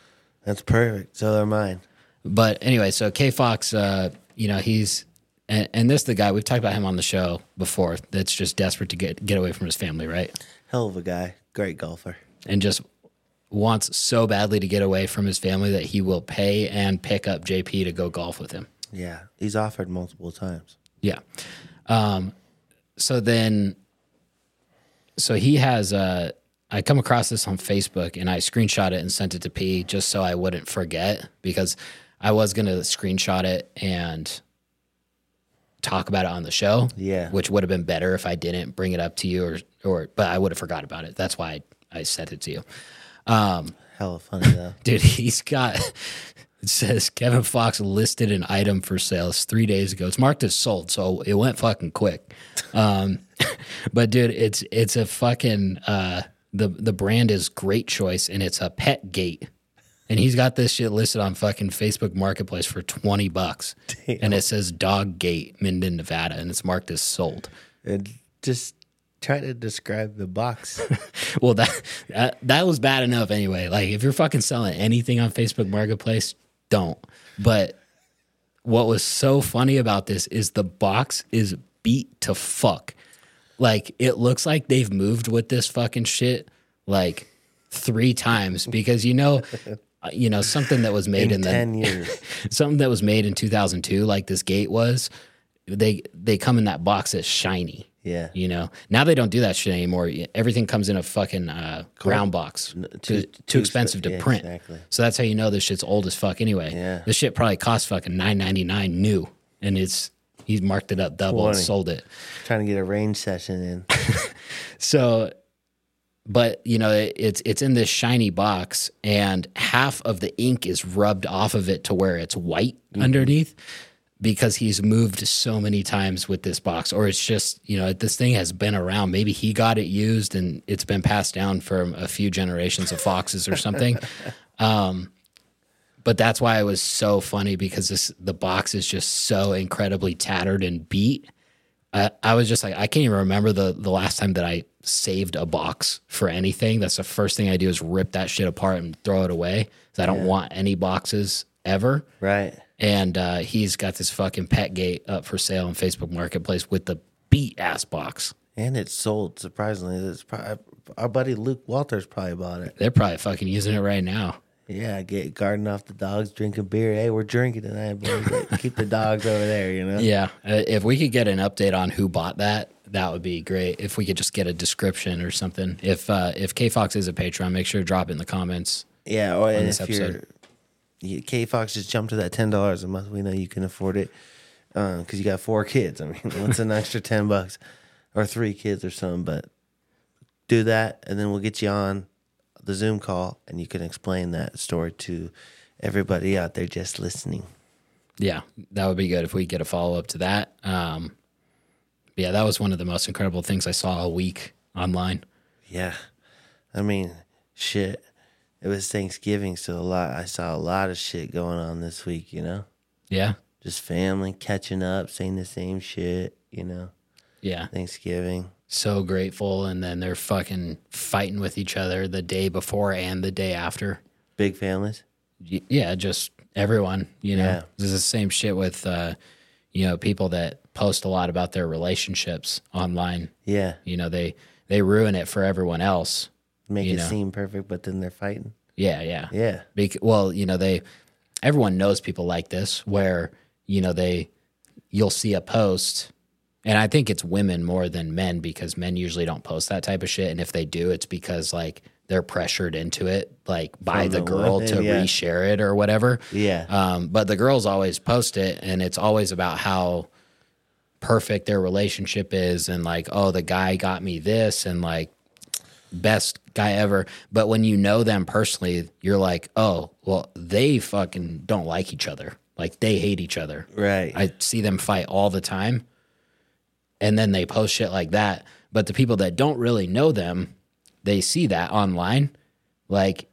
Speaker 3: That's perfect. So they're mine.
Speaker 2: But anyway, so K Fox, uh, you know, he's and, and this the guy we've talked about him on the show before. That's just desperate to get get away from his family, right?
Speaker 3: Hell of a guy. Great golfer.
Speaker 2: And just wants so badly to get away from his family that he will pay and pick up JP to go golf with him.
Speaker 3: Yeah. He's offered multiple times.
Speaker 2: Yeah. Um, so then, so he has, uh, I come across this on Facebook and I screenshot it and sent it to P just so I wouldn't forget because I was going to screenshot it and talk about it on the show.
Speaker 3: Yeah.
Speaker 2: Which would have been better if I didn't bring it up to you or, or, but I would have forgot about it. That's why I, I sent it to you.
Speaker 3: Hella funny though.
Speaker 2: Dude, he's got it says Kevin Fox listed an item for sale It's three days ago. It's marked as sold, so it went fucking quick. Um, but dude, it's it's a fucking uh, the the brand is Great Choice, and it's a pet gate. And he's got this shit listed on fucking Facebook Marketplace for twenty bucks, and it says Dog Gate, Minden, Nevada, and it's marked as sold.
Speaker 3: and just try to describe the box.
Speaker 2: Well, that, that that was bad enough anyway. Like if you're fucking selling anything on Facebook Marketplace, don't. But what was so funny about this is the box is beat to fuck. Like it looks like they've moved with this fucking shit like three times because you know you know something that was made in,
Speaker 3: in
Speaker 2: the
Speaker 3: ten years.
Speaker 2: something that was made in 2002 like this gate was they they come in that box that's shiny.
Speaker 3: Yeah.
Speaker 2: You know, now they don't do that shit anymore. Everything comes in a fucking uh, round box.
Speaker 3: N-
Speaker 2: too, too,
Speaker 3: expe-
Speaker 2: expensive to
Speaker 3: yeah,
Speaker 2: print.
Speaker 3: Exactly.
Speaker 2: So that's how you know this shit's old as fuck. Anyway,
Speaker 3: Yeah.
Speaker 2: this shit probably cost fucking nine ninety nine new, and it's he's marked it up double and
Speaker 3: 20.
Speaker 2: sold it.
Speaker 3: Trying to get a range session in.
Speaker 2: So, but you know, it, it's it's in this shiny box, and half of the ink is rubbed off of it to where it's white underneath because he's moved so many times with this box, or it's just you know this thing has been around. Maybe he got it used, and it's been passed down from a few generations of foxes or something. Um, but that's why it was so funny because this the box is just so incredibly tattered and beat. I, I was just like, I can't even remember the the last time that I saved a box for anything. That's the first thing I do is rip that shit apart and throw it away 'cause I don't want any boxes ever.
Speaker 3: Right.
Speaker 2: And uh, he's got this fucking pet gate up for sale on Facebook Marketplace with the beat ass box.
Speaker 3: And it's sold surprisingly. It's probably, our buddy Luke Walters probably bought it.
Speaker 2: They're probably fucking using it right now.
Speaker 3: Yeah, get garden off the dogs, drinking beer. Hey, we're drinking tonight, boys. Like, keep the dogs over there, you know?
Speaker 2: Yeah, uh, if we could get an update on who bought that, that would be great. If we could just get a description or something. If uh, if K Fox is a patron, make sure to drop it in the comments.
Speaker 3: Yeah, or and
Speaker 2: this
Speaker 3: if
Speaker 2: episode.
Speaker 3: you're K Fox, just jump to that ten dollars a month. We know you can afford it because you got four kids. I mean, what's an extra ten bucks or three kids or something? But do that, and then we'll get you on the Zoom call, and you can explain that story to everybody out there just listening.
Speaker 2: Yeah, that would be good if we get a follow up to that. Um, yeah, that was one of the most incredible things I saw all week online.
Speaker 3: Yeah, I mean, shit. It was Thanksgiving, so a lot. I saw a lot of shit going on this week. You know,
Speaker 2: Yeah,
Speaker 3: just family catching up, saying the same shit. You know.
Speaker 2: yeah,
Speaker 3: Thanksgiving.
Speaker 2: so grateful. And then they're fucking fighting with each other the day before and the day after.
Speaker 3: Big families.
Speaker 2: Y- yeah, just everyone, you know.
Speaker 3: Yeah.
Speaker 2: This is the same shit with uh, you know, people that post a lot about their relationships online.
Speaker 3: Yeah.
Speaker 2: You know, they they ruin it for everyone else.
Speaker 3: Make
Speaker 2: You
Speaker 3: it
Speaker 2: know.
Speaker 3: seem perfect, but then they're fighting.
Speaker 2: Yeah, yeah.
Speaker 3: Yeah.
Speaker 2: Bec- well, you know, they everyone knows people like this where, you know, they you'll see a post and I think it's women more than men because men usually don't post that type of shit and if they do it's because like they're pressured into it like by
Speaker 3: From
Speaker 2: the,
Speaker 3: the
Speaker 2: girl
Speaker 3: women,
Speaker 2: to
Speaker 3: yeah.
Speaker 2: reshare it or whatever.
Speaker 3: Yeah.
Speaker 2: Um, but the girls always post it, and it's always about how perfect their relationship is, and like, oh, the guy got me this, and like, best guy ever. But when you know them personally, you're like, oh, well, they fucking don't like each other. Like, they hate each other.
Speaker 3: right.
Speaker 2: I see them fight all the time. And then they post shit like that. But the people that don't really know them, they see that online. Like,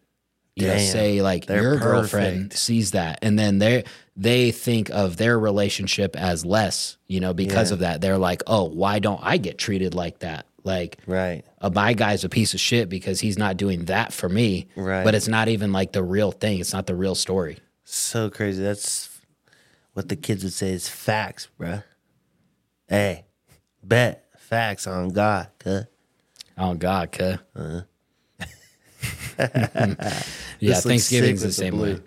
Speaker 2: you know,
Speaker 3: Damn,
Speaker 2: say like
Speaker 3: they're
Speaker 2: your girlfriend
Speaker 3: perfect.
Speaker 2: sees that, and then they they think of their relationship as less, you know, because
Speaker 3: Yeah.
Speaker 2: of that. They're like, oh, why don't I get treated like that? Like,
Speaker 3: right.
Speaker 2: uh, my guy's a piece of shit because he's not doing that for me.
Speaker 3: Right.
Speaker 2: But it's not even like the real thing. It's not the real story.
Speaker 3: So crazy. That's what the kids would say is facts, bruh. Hey, bet facts on God. Huh?
Speaker 2: Oh God, cuh. yeah,
Speaker 3: Uh-huh. This looks
Speaker 2: Thanksgiving's
Speaker 3: sick
Speaker 2: the
Speaker 3: with
Speaker 2: same
Speaker 3: blue.
Speaker 2: way.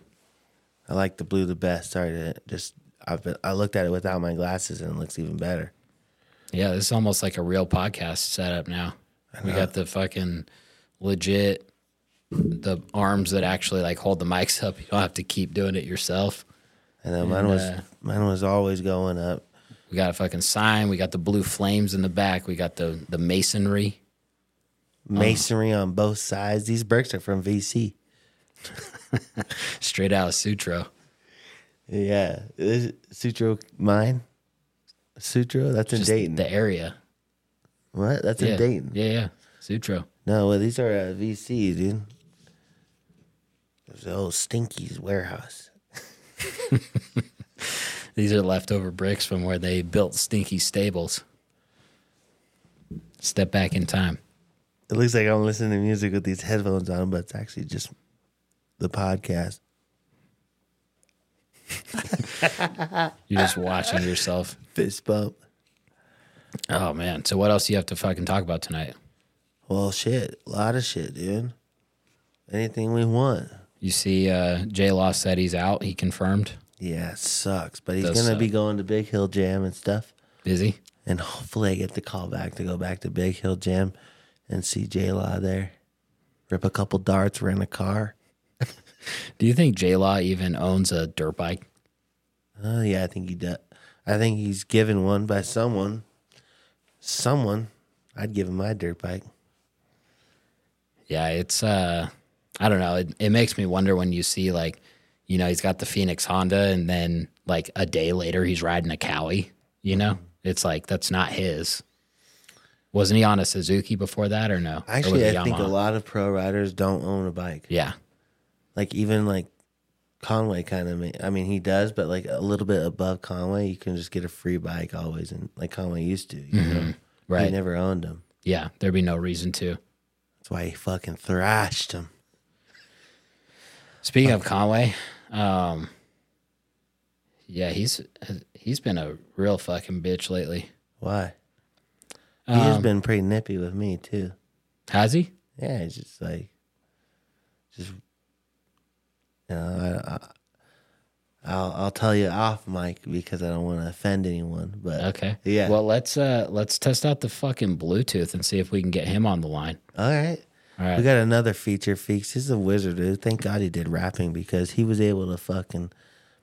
Speaker 3: I like the blue the best. Sorry to just. I've been, I looked at it without my glasses and it looks even better.
Speaker 2: Yeah, this is almost like a real podcast setup now. We got the fucking legit the arms that actually like hold the mics up. You don't have to keep doing it yourself.
Speaker 3: And then mine was
Speaker 2: uh,
Speaker 3: mine was always going up.
Speaker 2: We got a fucking sign. We got the blue flames in the back. We got the the masonry. um,
Speaker 3: Masonry on both sides. These bricks are from VC.
Speaker 2: Straight out of Sutro.
Speaker 3: Yeah, Is it Sutro mine. Sutro, that's in
Speaker 2: Just
Speaker 3: Dayton.
Speaker 2: The area.
Speaker 3: What? That's
Speaker 2: Yeah.
Speaker 3: in Dayton.
Speaker 2: Yeah, yeah. Sutro.
Speaker 3: No, well, these are uh, VC, dude. There's the old Stinky's warehouse.
Speaker 2: These are leftover bricks from where they built stinky stables. Step back in time.
Speaker 3: It looks like I'm listening to music with these headphones on, but it's actually just the podcast.
Speaker 2: You're just watching yourself.
Speaker 3: Fist bump.
Speaker 2: Oh man. So what else do you have to fucking talk about tonight?
Speaker 3: Well, shit, a lot of shit, dude. Anything we want.
Speaker 2: You see, uh, Jay Law said he's out. He confirmed.
Speaker 3: Yeah, it sucks, but he's
Speaker 2: Does
Speaker 3: gonna
Speaker 2: suck.
Speaker 3: be going to Big Hill Jam and stuff.
Speaker 2: Busy.
Speaker 3: and hopefully I get the call back to go back to Big Hill Gym and see J Law there. Rip a couple darts, rent a car.
Speaker 2: Do you think J Law even owns a dirt bike?
Speaker 3: Oh yeah, I think he does. I think he's given one by someone. Someone, I'd give him my dirt bike.
Speaker 2: Yeah, it's uh I don't know. It, it makes me wonder when you see like, you know, he's got the Phoenix Honda and then like a day later he's riding a Cowie, you know? It's like that's not his. Wasn't he on a Suzuki before that or no? Or was
Speaker 3: Actually,
Speaker 2: it
Speaker 3: I think a
Speaker 2: Yamaha?
Speaker 3: lot of pro riders don't own a bike.
Speaker 2: Yeah.
Speaker 3: Like even like Conway, kind of. I mean, he does, but like a little bit above Conway, you can just get a free bike always, and like Conway used to. You know? He
Speaker 2: Mm-hmm, Right.
Speaker 3: never owned them.
Speaker 2: yeah. There'd be no reason to.
Speaker 3: That's why he fucking thrashed him.
Speaker 2: Speaking of Conway, um yeah, he's he's been a real fucking bitch lately.
Speaker 3: Why? He has
Speaker 2: Um,
Speaker 3: been pretty nippy with me too.
Speaker 2: Has he?
Speaker 3: Yeah, it's just like, just you know, I, I, I'll I'll tell you off, Mike, because I don't want to offend anyone. But
Speaker 2: Okay.
Speaker 3: yeah,
Speaker 2: Well, let's uh let's test out the fucking Bluetooth and see if we can get him on the line.
Speaker 3: all right.
Speaker 2: All right.
Speaker 3: We got another feature fix. He's a wizard, dude. Thank God he did rapping because he was able to fucking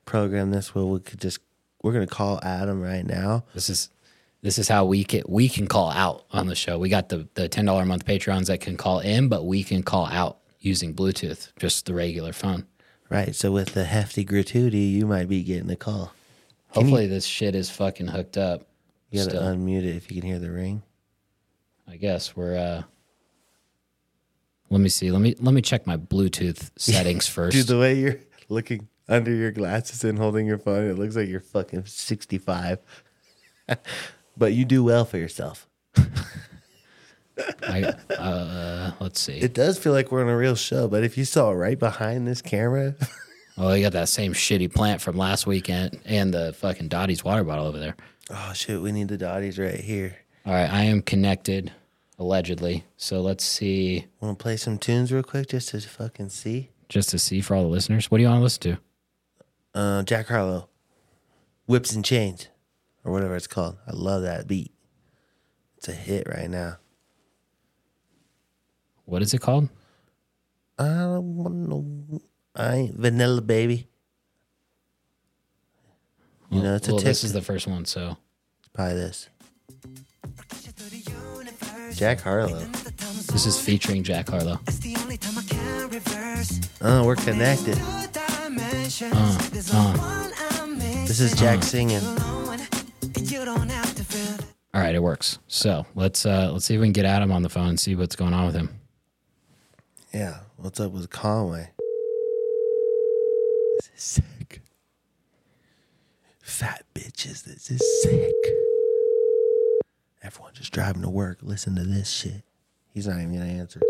Speaker 3: program this where we could just we're gonna call Adam right now.
Speaker 2: this is this is how we can we can call out on the show. We got the the ten dollar a month Patreons that can call in, but we can call out using Bluetooth, just the regular phone.
Speaker 3: Right. So with the hefty gratuity, you might be getting a call.
Speaker 2: Hopefully, this shit is fucking hooked up.
Speaker 3: You gotta
Speaker 2: Still.
Speaker 3: unmute it if you can hear the ring.
Speaker 2: I guess we're. uh Let me see. Let me let me check my Bluetooth settings first.
Speaker 3: Dude, the way you're looking under your glasses and holding your phone, it looks like you're fucking 65. but you do well for yourself.
Speaker 2: I, uh, let's see.
Speaker 3: It does feel like we're on a real show, but if you saw right behind this camera,
Speaker 2: oh, you got that same shitty plant from last weekend and the fucking Dottie's water bottle over there.
Speaker 3: oh shit, we need the Dotties right here.
Speaker 2: All right, I am connected allegedly. So let's see,
Speaker 3: Want to play some tunes real quick just to fucking see?
Speaker 2: just to see for all the listeners, what do you want to listen to?
Speaker 3: Uh, Jack Harlow, Whips and Chains, or whatever it's called. I love that beat. It's a hit right now.
Speaker 2: What is it called?
Speaker 3: I don't want no, I ain't vanilla baby. You know, it's a
Speaker 2: well, this
Speaker 3: tick-
Speaker 2: is the first one, so
Speaker 3: Buy this. Jack Harlow.
Speaker 2: this is featuring Jack Harlow.
Speaker 3: Oh, we're connected. Uh, This is Jack singing.
Speaker 2: All right, it works. So let's uh let's see if we can get Adam on the phone and see what's going on with him.
Speaker 3: Yeah. What's up with Conway? This is sick. Fat bitches, this is sick. Everyone just driving to work. Listen to this shit. He's not even gonna answer.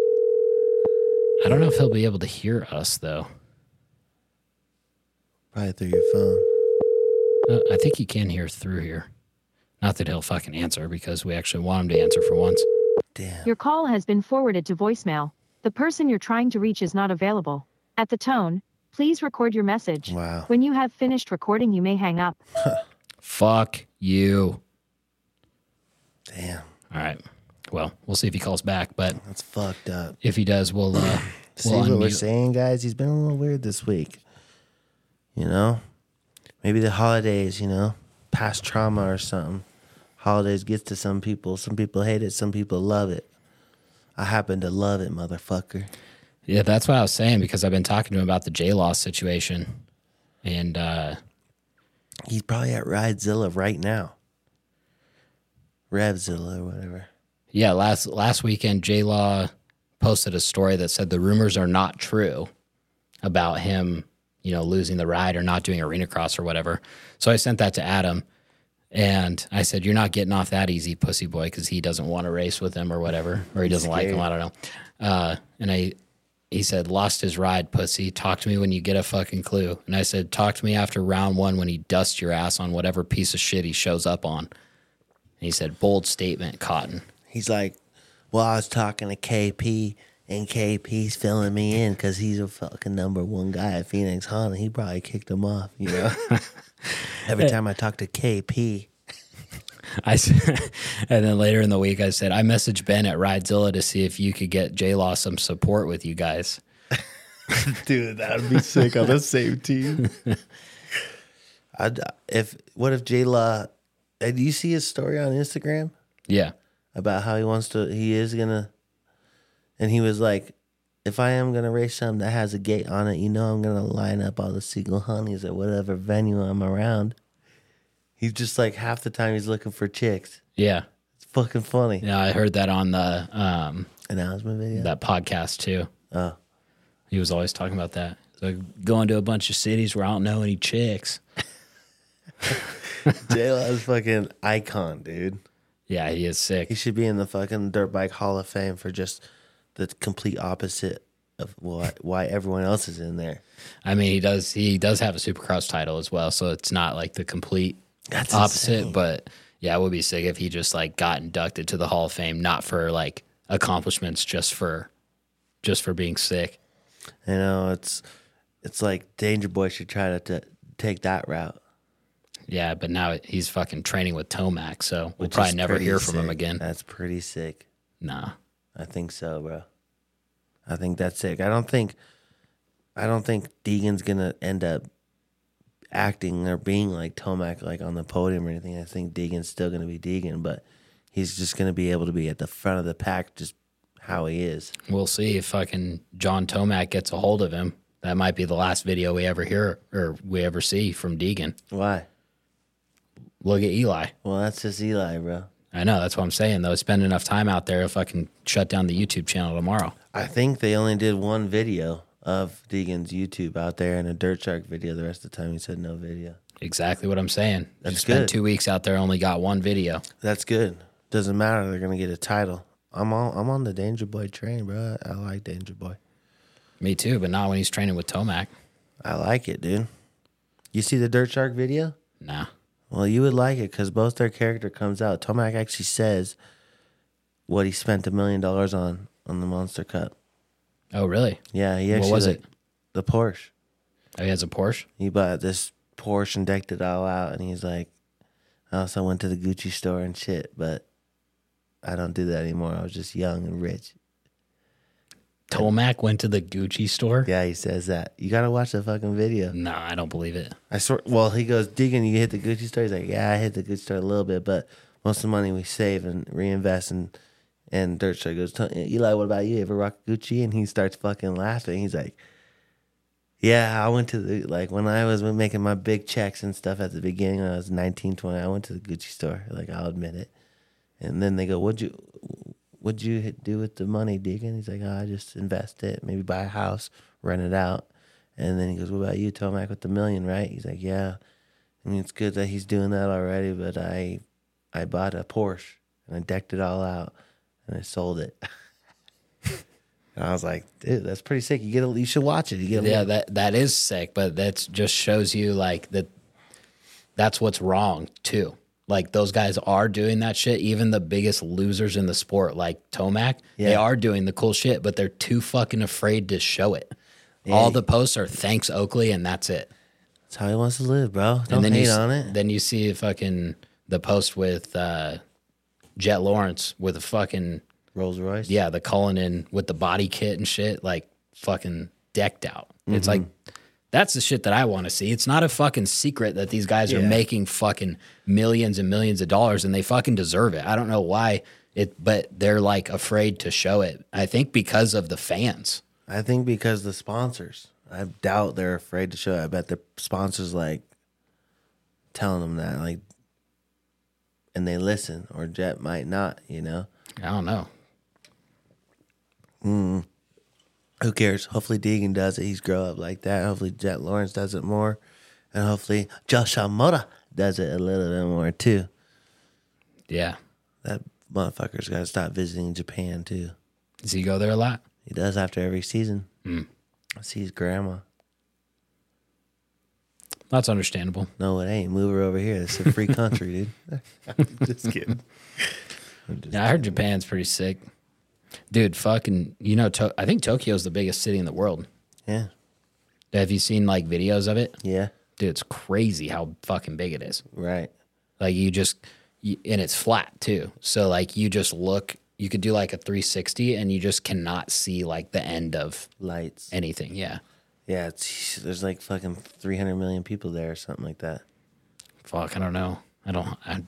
Speaker 2: I don't know if he'll be able to hear us though.
Speaker 3: Probably through your phone.
Speaker 2: Uh, I think he can hear through here. Not that he'll fucking answer because we actually want him to answer for once.
Speaker 3: Damn.
Speaker 6: Your call has been forwarded to voicemail. The person you're trying to reach is not available. At the tone, please record your message.
Speaker 3: Wow.
Speaker 6: When you have finished recording, you may hang up.
Speaker 2: Fuck you.
Speaker 3: Damn.
Speaker 2: All right. Well, we'll see if he calls back, but
Speaker 3: That's fucked up.
Speaker 2: if he does, we'll uh
Speaker 3: See
Speaker 2: we'll
Speaker 3: what we're
Speaker 2: unmute-
Speaker 3: saying, guys? He's been a little weird this week. You know? Maybe the holidays, you know? Past trauma or something. Holidays gets to some people. Some people hate it, some people love it. I happen to love it, motherfucker.
Speaker 2: Yeah, that's what I was saying because I've been talking to him about the J Law situation. And uh,
Speaker 3: He's probably at Ridezilla right now. Revzilla or whatever.
Speaker 2: yeah, last last weekend J Law posted a story that said the rumors are not true about him, you know, losing the ride or not doing arena cross or whatever. So I sent that to Adam and I said, You're not getting off that easy, pussy boy, because he doesn't want to race with him or whatever, or he doesn't like him. I don't know. Uh, and I he said, Lost his ride, pussy. Talk to me when you get a fucking clue. And I said, Talk to me after round one when he dusts your ass on whatever piece of shit he shows up on. And he said, Bold statement, Cotton.
Speaker 3: He's like, well, I was talking to KP, and KP's filling me in because he's a fucking number one guy at Phoenix Honda. He probably kicked him off, you know? Every time I talk to KP,
Speaker 2: I s- and then later in the week I said I messaged Ben at Ridezilla to see if you could get J Law some support with you guys.
Speaker 3: Dude, that would be sick on the same team. I'd, if what if J Law? Do you see his story on Instagram
Speaker 2: Yeah,
Speaker 3: about how he wants to? He is gonna, and he was like, "If I am gonna race something that has a gate on it, you know, I'm gonna line up all the single honeys at whatever venue I'm around." He's just like half the time he's looking for chicks.
Speaker 2: yeah,
Speaker 3: It's fucking funny.
Speaker 2: yeah. I heard that on the um,
Speaker 3: Announcement video.
Speaker 2: that podcast too.
Speaker 3: Oh.
Speaker 2: He was always talking about that. So going to a bunch of cities where I don't know any chicks.
Speaker 3: J Law's fucking icon, dude.
Speaker 2: Yeah, he is
Speaker 3: He
Speaker 2: sick.
Speaker 3: should be in the fucking dirt bike hall of fame for just the complete opposite of what why everyone else is in there.
Speaker 2: I mean, he does he does have a supercross title as well, so it's not like the complete
Speaker 3: That's
Speaker 2: opposite,
Speaker 3: insane.
Speaker 2: but yeah, it would be sick if he just like got inducted to the Hall of Fame not for like accomplishments just for just for being sick.
Speaker 3: You know, it's it's like Danger Boy should try to, to take that route.
Speaker 2: Yeah, but now he's fucking training with Tomac, so we'll
Speaker 3: which
Speaker 2: probably
Speaker 3: is
Speaker 2: never
Speaker 3: pretty
Speaker 2: hear from him
Speaker 3: sick.
Speaker 2: again.
Speaker 3: That's pretty sick.
Speaker 2: Nah.
Speaker 3: I think so, bro. I think that's sick. I don't think I don't think Deegan's gonna end up acting or being like Tomac like on the podium or anything. I think Deegan's still gonna be Deegan, but he's just gonna be able to be at the front of the pack just how he is.
Speaker 2: We'll see if fucking John Tomac gets a hold of him. That might be the last video we ever hear or we ever see from Deegan.
Speaker 3: Why?
Speaker 2: Look at Eli.
Speaker 3: Well that's just Eli, bro.
Speaker 2: I know, that's what I'm saying though. Spend enough time out there if I can shut down the YouTube channel tomorrow.
Speaker 3: I think they only did one video of Deegan's YouTube out there and a Dirt Shark video the rest of the time he said no video.
Speaker 2: Exactly what I'm saying.
Speaker 3: That's
Speaker 2: Just spent
Speaker 3: good.
Speaker 2: two weeks out there, only got one video.
Speaker 3: That's good. Doesn't matter. They're gonna get a title. I'm all, I'm on the Danger Boy train, bro. I like Danger Boy.
Speaker 2: Me too, but not when he's training with Tomac.
Speaker 3: I like it, dude. You see the Dirt Shark video?
Speaker 2: Nah.
Speaker 3: Well, you would like it because both their character comes out. Tomac actually says what he spent a million dollars on on the Monster Cup.
Speaker 2: Oh, really?
Speaker 3: Yeah, he
Speaker 2: What
Speaker 3: actually
Speaker 2: was
Speaker 3: like-
Speaker 2: it?
Speaker 3: The Porsche.
Speaker 2: Oh, he has a Porsche?
Speaker 3: He bought this Porsche and decked it all out, and he's like, I also went to the Gucci store and shit, but I don't do that anymore. I was just young and rich.
Speaker 2: Tomac went to the Gucci store?
Speaker 3: Yeah, he says that. You gotta watch the fucking video.
Speaker 2: Nah, I don't believe it.
Speaker 3: I swear. Well, he goes, Deegan, you hit the Gucci store. He's like, Yeah, I hit the Gucci store a little bit, but most of the money we save and reinvest and and dirt store He goes, "Tell- Eli, what about you? Ever rock Gucci? And he starts fucking laughing. He's like, Yeah, I went to the like when I was making my big checks and stuff at the beginning when I was 19, 20, I went to the Gucci store. Like I'll admit it. And then they go, What'd you what'd you hit- do with the money, Deegan? He's like, oh, I just invest it, maybe buy a house, rent it out. And then he goes, What about you, Tomac, with the million, right? He's like, Yeah. I mean, it's good that he's doing that already, but I I bought a Porsche and I decked it all out and I sold it. and I was like, dude, that's pretty sick. You get a, you should watch it. You get a,
Speaker 2: Yeah, that that is sick, but that's just shows you like that that's what's wrong too. Like those guys are doing that shit. Even the biggest losers in the sport, like Tomac, they
Speaker 3: Yeah.
Speaker 2: are doing the cool shit, but they're too fucking afraid to show it. All the posts are thanks Oakley and that's it.
Speaker 3: That's how he wants to live, bro. Don't
Speaker 2: then
Speaker 3: hate
Speaker 2: you, s-
Speaker 3: on it.
Speaker 2: Then you see fucking the post with uh, Jet Lawrence with a fucking
Speaker 3: Rolls Royce.
Speaker 2: yeah the Cullinan with the body kit and shit like fucking decked out. It's like that's the shit that I want to see. It's not a fucking secret that these guys are making fucking millions and millions of dollars and they fucking deserve it. I don't know why it, but they're like afraid to show it. I think because of the fans.
Speaker 3: I think because the sponsors, I doubt they're afraid to show. it. I bet the sponsors like telling them that, like, and they listen, or Jet might not. You know,
Speaker 2: I don't know.
Speaker 3: who cares? Hopefully, Deegan does it. He's grow up like that. Hopefully, Jet Lawrence does it more, and hopefully, Josh Mota does it a little bit more too.
Speaker 2: Yeah,
Speaker 3: That motherfucker's got to stop visiting Japan too.
Speaker 2: does he go there a lot?
Speaker 3: He does after every season.
Speaker 2: Mm.
Speaker 3: I see his grandma.
Speaker 2: That's understandable.
Speaker 3: No, it ain't. Move her over here. It's a free country, dude. Just kidding.
Speaker 2: Yeah, I heard Japan's pretty sick, dude. Fucking, you know, to- I think Tokyo's the biggest city in the world.
Speaker 3: Yeah.
Speaker 2: Have you seen like videos of it,
Speaker 3: Yeah.
Speaker 2: dude? It's crazy how fucking big it is.
Speaker 3: Right.
Speaker 2: Like, you just y- and it's flat too. So like you just look, you could do like a 360 and you just cannot see like the end of
Speaker 3: Lights.
Speaker 2: anything. Yeah.
Speaker 3: Yeah, it's, there's like fucking 300 million people there or something like that.
Speaker 2: Fuck, I don't know. I don't I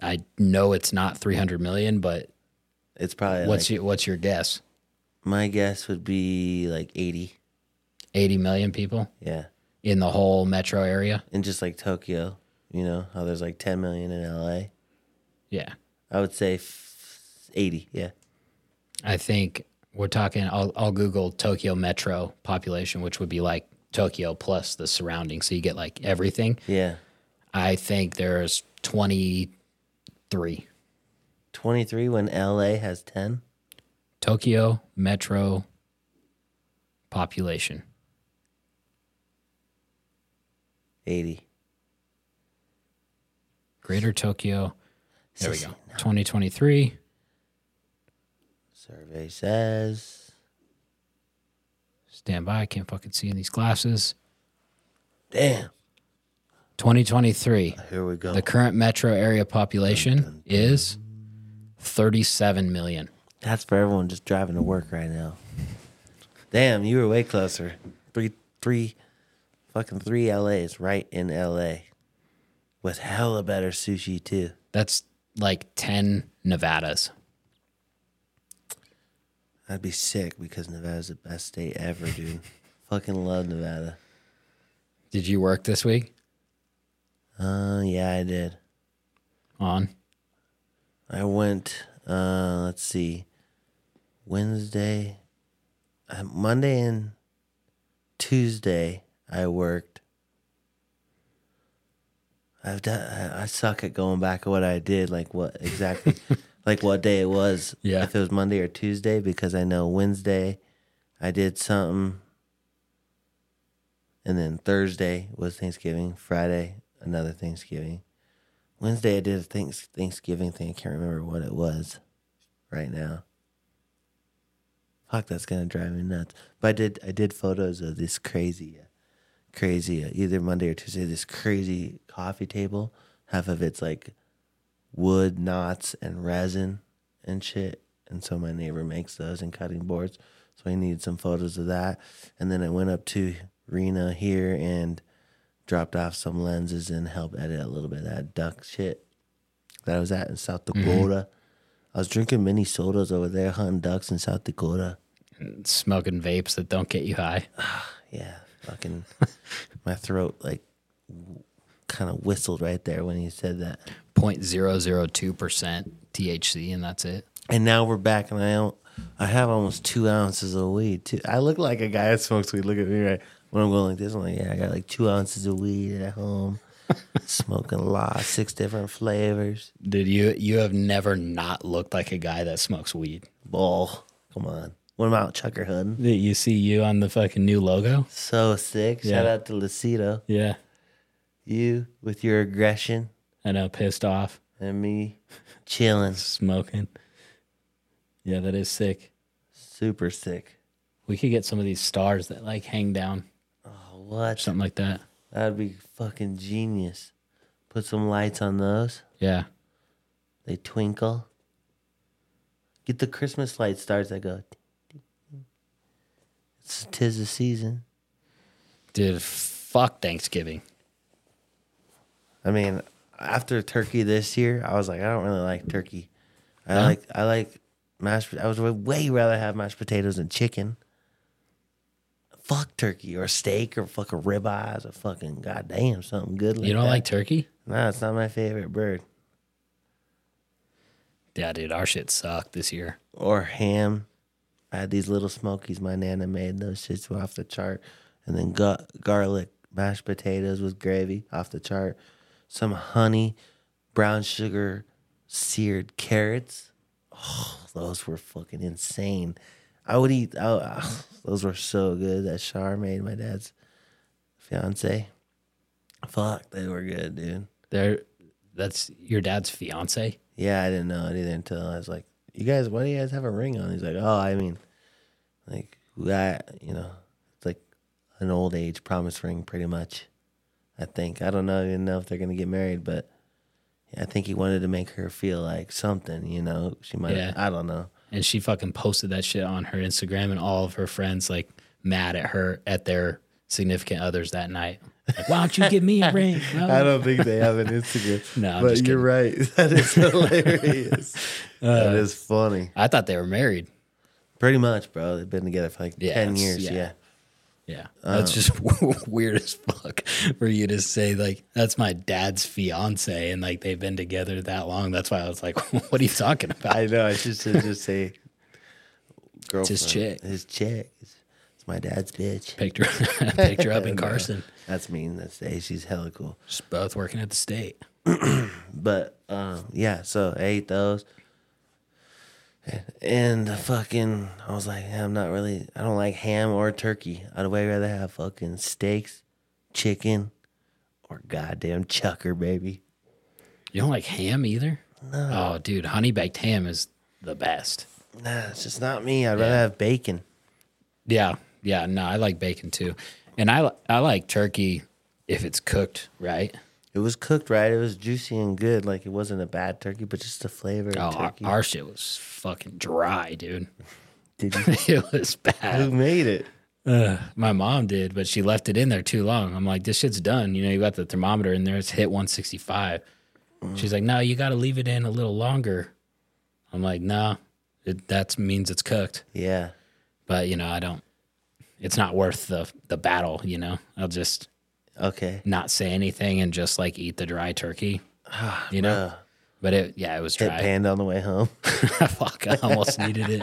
Speaker 2: I know it's not 300 million, but
Speaker 3: It's probably
Speaker 2: what's
Speaker 3: like,
Speaker 2: your, what's your guess?
Speaker 3: my guess would be like 80.
Speaker 2: 80 million people
Speaker 3: Yeah.
Speaker 2: in the whole metro area?
Speaker 3: And just like Tokyo, you know, how there's like 10 million in LA.
Speaker 2: Yeah.
Speaker 3: I would say f- 80. Yeah.
Speaker 2: I think we're talking. I'll, I'll Google Tokyo metro population, which would be like Tokyo plus the surrounding. So you get like everything.
Speaker 3: Yeah.
Speaker 2: I think there's 23.
Speaker 3: 23 when LA has 10.
Speaker 2: Tokyo metro population.
Speaker 3: 80.
Speaker 2: Greater Tokyo. There we
Speaker 3: Says-
Speaker 2: go. 2023.
Speaker 3: Survey says.
Speaker 2: Stand by. I can't fucking see in these glasses.
Speaker 3: Damn.
Speaker 2: 2023.
Speaker 3: Here we go.
Speaker 2: The current metro area population is 37 million.
Speaker 3: That's for everyone just driving to work right now. Damn, you were way closer. Three, three, fucking three LAs right in LA with hella better sushi too.
Speaker 2: That's like 10 Nevadas.
Speaker 3: I'd be sick because Nevada's the best state ever, dude. fucking love Nevada.
Speaker 2: Did you work this week?
Speaker 3: Uh, yeah, I did.
Speaker 2: On
Speaker 3: I went, uh, let's see, Wednesday, uh, Monday, and Tuesday, I worked. I've done, I, I suck at going back at what I did, like what exactly, like what day it was.
Speaker 2: Yeah.
Speaker 3: If it was Monday or Tuesday, because I know Wednesday I did something. And then Thursday was Thanksgiving. Friday, another Thanksgiving. Wednesday I did a thanks, Thanksgiving thing. I can't remember what it was right now. Fuck, that's gonna drive me nuts. But I did I did photos of this crazy, uh, crazy uh, either Monday or Tuesday. This crazy coffee table. Half of it's like wood knots and resin and shit. And so my neighbor makes those and cutting boards. So I needed some photos of that. And then I went up to Rena here and dropped off some lenses and helped edit a little bit of that duck shit that I was at in South Dakota. I was drinking mini sodas over there, hunting ducks in South Dakota.
Speaker 2: smoking vapes that don't get you high.
Speaker 3: Yeah, fucking my throat like kind of whistled right there when he said that.
Speaker 2: 0.002% THC, and that's it.
Speaker 3: And now we're back, and I don't, I have almost two ounces of weed. Too. I look like a guy that smokes weed. Look at me, right? When I'm going like this, I'm like, yeah, I got like two ounces of weed at home, smoking a lot, six different flavors.
Speaker 2: Dude, you you have never not looked like a guy that smokes weed.
Speaker 3: Ball, come on. What about Chucker Hood?
Speaker 2: You see you on the fucking new logo?
Speaker 3: So sick. Shout
Speaker 2: Yeah.
Speaker 3: out to Lucido.
Speaker 2: Yeah.
Speaker 3: You with your aggression
Speaker 2: I know, pissed off,
Speaker 3: and me chilling.
Speaker 2: smoking. Yeah, that is sick.
Speaker 3: Super sick.
Speaker 2: We could get some of these stars that like hang down,
Speaker 3: Oh, what?
Speaker 2: something like that.
Speaker 3: That'd be fucking genius. Put some lights on those.
Speaker 2: Yeah.
Speaker 3: They twinkle. Get the Christmas light stars that go. It's tis the season.
Speaker 2: Dude, fuck Thanksgiving.
Speaker 3: I mean, after turkey this year, I was like, I don't really like turkey. I like I like mashed. I would way rather have mashed potatoes and chicken. Fuck turkey or steak or fucking ribeyes or fucking goddamn something good. Like
Speaker 2: You don't
Speaker 3: that.
Speaker 2: like turkey?
Speaker 3: Nah, it's not my favorite bird.
Speaker 2: Yeah, dude, our shit sucked this year.
Speaker 3: or ham. I had these little smokies my nana made. Those shits were off the chart. And then ga- garlic mashed potatoes with gravy off the chart. Some honey, brown sugar, seared carrots. Oh, those were fucking insane. I would eat. Oh, ah, those were so good that Char made my dad's fiance. Fuck, they were good, dude.
Speaker 2: There that's your dad's fiance?
Speaker 3: Yeah, I didn't know it either until I was like, "You guys, why do you guys have a ring on?" He's like, "Oh, I mean, like that, you know, it's like an old age promise ring, pretty much. I think I don't know even know if they're gonna get married, but I think he wanted to make her feel like something, you know. She might
Speaker 2: Yeah.
Speaker 3: I don't know.
Speaker 2: and she fucking posted that shit on her Instagram, and all of her friends like mad at her at their significant others that night. Like, why don't you give me a ring?
Speaker 3: I don't think they have an Instagram.
Speaker 2: Um, No, I'm
Speaker 3: but
Speaker 2: just
Speaker 3: you're
Speaker 2: kidding. Uh,
Speaker 3: right. That is hilarious. that is funny.
Speaker 2: I thought they were married.
Speaker 3: Pretty much, bro. They've been together for like
Speaker 2: Yeah,
Speaker 3: ten
Speaker 2: it's-
Speaker 3: years.
Speaker 2: yeah.
Speaker 3: Yeah.
Speaker 2: Yeah,
Speaker 3: Oh.
Speaker 2: that's just weird as fuck for you to say like that's my dad's fiance and like they've been together that long. That's why I was like, what are you talking about?
Speaker 3: I know. I should should just say, girlfriend.
Speaker 2: his chick.
Speaker 3: His chick. It's, it's my dad's bitch.
Speaker 2: Picked her, picked her up in Carson.
Speaker 3: That's mean. That's hey, she's hella cool.
Speaker 2: Just both working at the state.
Speaker 3: But um, yeah, so I ate those. And the fucking, I was like, I'm not really, I don't like ham or turkey. I'd way rather have fucking steaks, chicken, or goddamn chucker, baby.
Speaker 2: You don't like ham either? No. Oh, dude, honey baked ham is the best.
Speaker 3: Nah, it's just not me. I'd rather have bacon.
Speaker 2: Yeah, yeah. No, I like bacon too, and I li- I like turkey if it's cooked right.
Speaker 3: It was cooked right. It was juicy and good. Like it wasn't a bad turkey, but just the flavor
Speaker 2: Oh,
Speaker 3: of
Speaker 2: our,
Speaker 3: turkey.
Speaker 2: our shit was fucking dry, dude.
Speaker 3: Did you
Speaker 2: it was
Speaker 3: Who
Speaker 2: bad.
Speaker 3: made it?
Speaker 2: Ugh, my mom did, but she left it in there too long. I'm like, this shit's done. You know, you got the thermometer in there. It's hit 165. She's like, no, you got to leave it in a little longer. I'm like, no, it, that means it's cooked.
Speaker 3: Yeah.
Speaker 2: But you know, I don't. It's not worth the the battle. You know, I'll just
Speaker 3: Okay.
Speaker 2: not say anything and just like eat the dry turkey. You know.
Speaker 3: Uh,
Speaker 2: But it, yeah, it was
Speaker 3: hit
Speaker 2: dry.
Speaker 3: panda on the way home,
Speaker 2: Fuck, I almost needed it.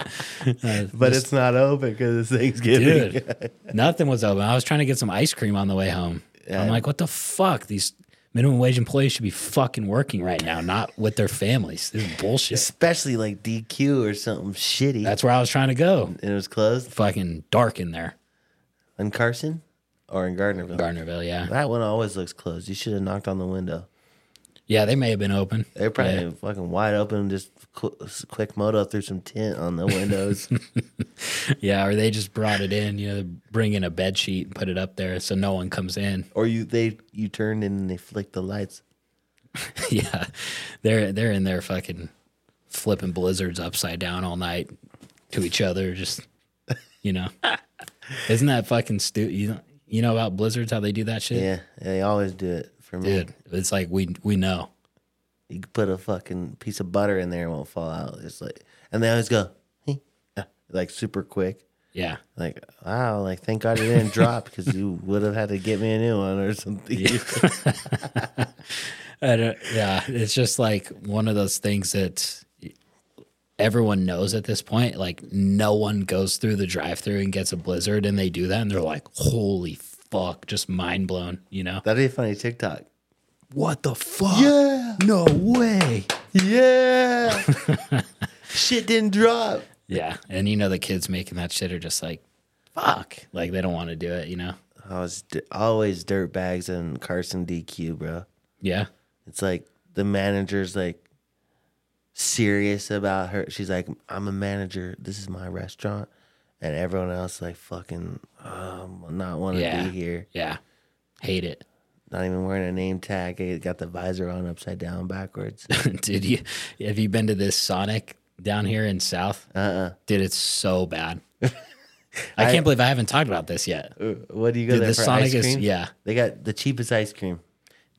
Speaker 2: Uh,
Speaker 3: but
Speaker 2: just-
Speaker 3: it's not open because it's Thanksgiving.
Speaker 2: dude, nothing was open. I was trying to get some ice cream on the way home. I'm like, what the fuck? These minimum wage employees should be fucking working right now, not with their families. This is bullshit.
Speaker 3: Especially like DQ or something shitty.
Speaker 2: That's where I was trying to go.
Speaker 3: and it was closed
Speaker 2: Fucking dark in there,
Speaker 3: in Carson or in Gardnerville.
Speaker 2: Gardnerville. Yeah,
Speaker 3: That one always looks closed. You should have knocked on the window.
Speaker 2: yeah, they may have been open.
Speaker 3: They're probably
Speaker 2: Yeah.
Speaker 3: fucking wide open, just qu- quick moto through some tint on the windows.
Speaker 2: Yeah, or they just brought it in. You know, they bring in a bed sheet and put it up there so no one comes in.
Speaker 3: or you they you turned in and they flicked the lights.
Speaker 2: yeah, they're they're in there fucking flipping blizzards upside down all night to each other. Just you know, isn't that fucking stupid? You know, you know about blizzards how they do that shit,
Speaker 3: Yeah, they always do it for me.
Speaker 2: dude. It's like we we know.
Speaker 3: You could put a fucking piece of butter in there, it won't fall out. It's like, and they always go, "Hey," uh, like super quick.
Speaker 2: Yeah,
Speaker 3: Like, wow, like thank God it didn't drop because you would have had to get me a new one or something.
Speaker 2: I don't, yeah. It's just like one of those things that everyone knows at this point. Like no one goes through the drive-through and gets a blizzard, and they do that, and they're like, "Holy fuck!" Just mind blown. You know
Speaker 3: That'd be a funny TikTok.
Speaker 2: what the fuck?
Speaker 3: Yeah,
Speaker 2: No way.
Speaker 3: yeah. Shit didn't drop.
Speaker 2: Yeah, and you know the kids making that shit are just like, fuck, like they don't want to do it, you know?
Speaker 3: I was di- always dirt bags and Carson DQ, bro.
Speaker 2: Yeah,
Speaker 3: It's like the manager's like serious about her. She's like, I'm a manager. This is my restaurant. And everyone else like fucking um not want to
Speaker 2: Yeah.
Speaker 3: be here.
Speaker 2: yeah, hate it,
Speaker 3: Not even wearing a name tag. I got the visor on upside down backwards.
Speaker 2: dude. You have you been to this Sonic down here in South?
Speaker 3: Uh uh
Speaker 2: Dude, it's so bad. I can't believe I haven't talked about this yet.
Speaker 3: What do you go
Speaker 2: Dude,
Speaker 3: there
Speaker 2: the
Speaker 3: for
Speaker 2: Sonic
Speaker 3: ice
Speaker 2: is-
Speaker 3: cream?
Speaker 2: yeah.
Speaker 3: They got the cheapest ice cream.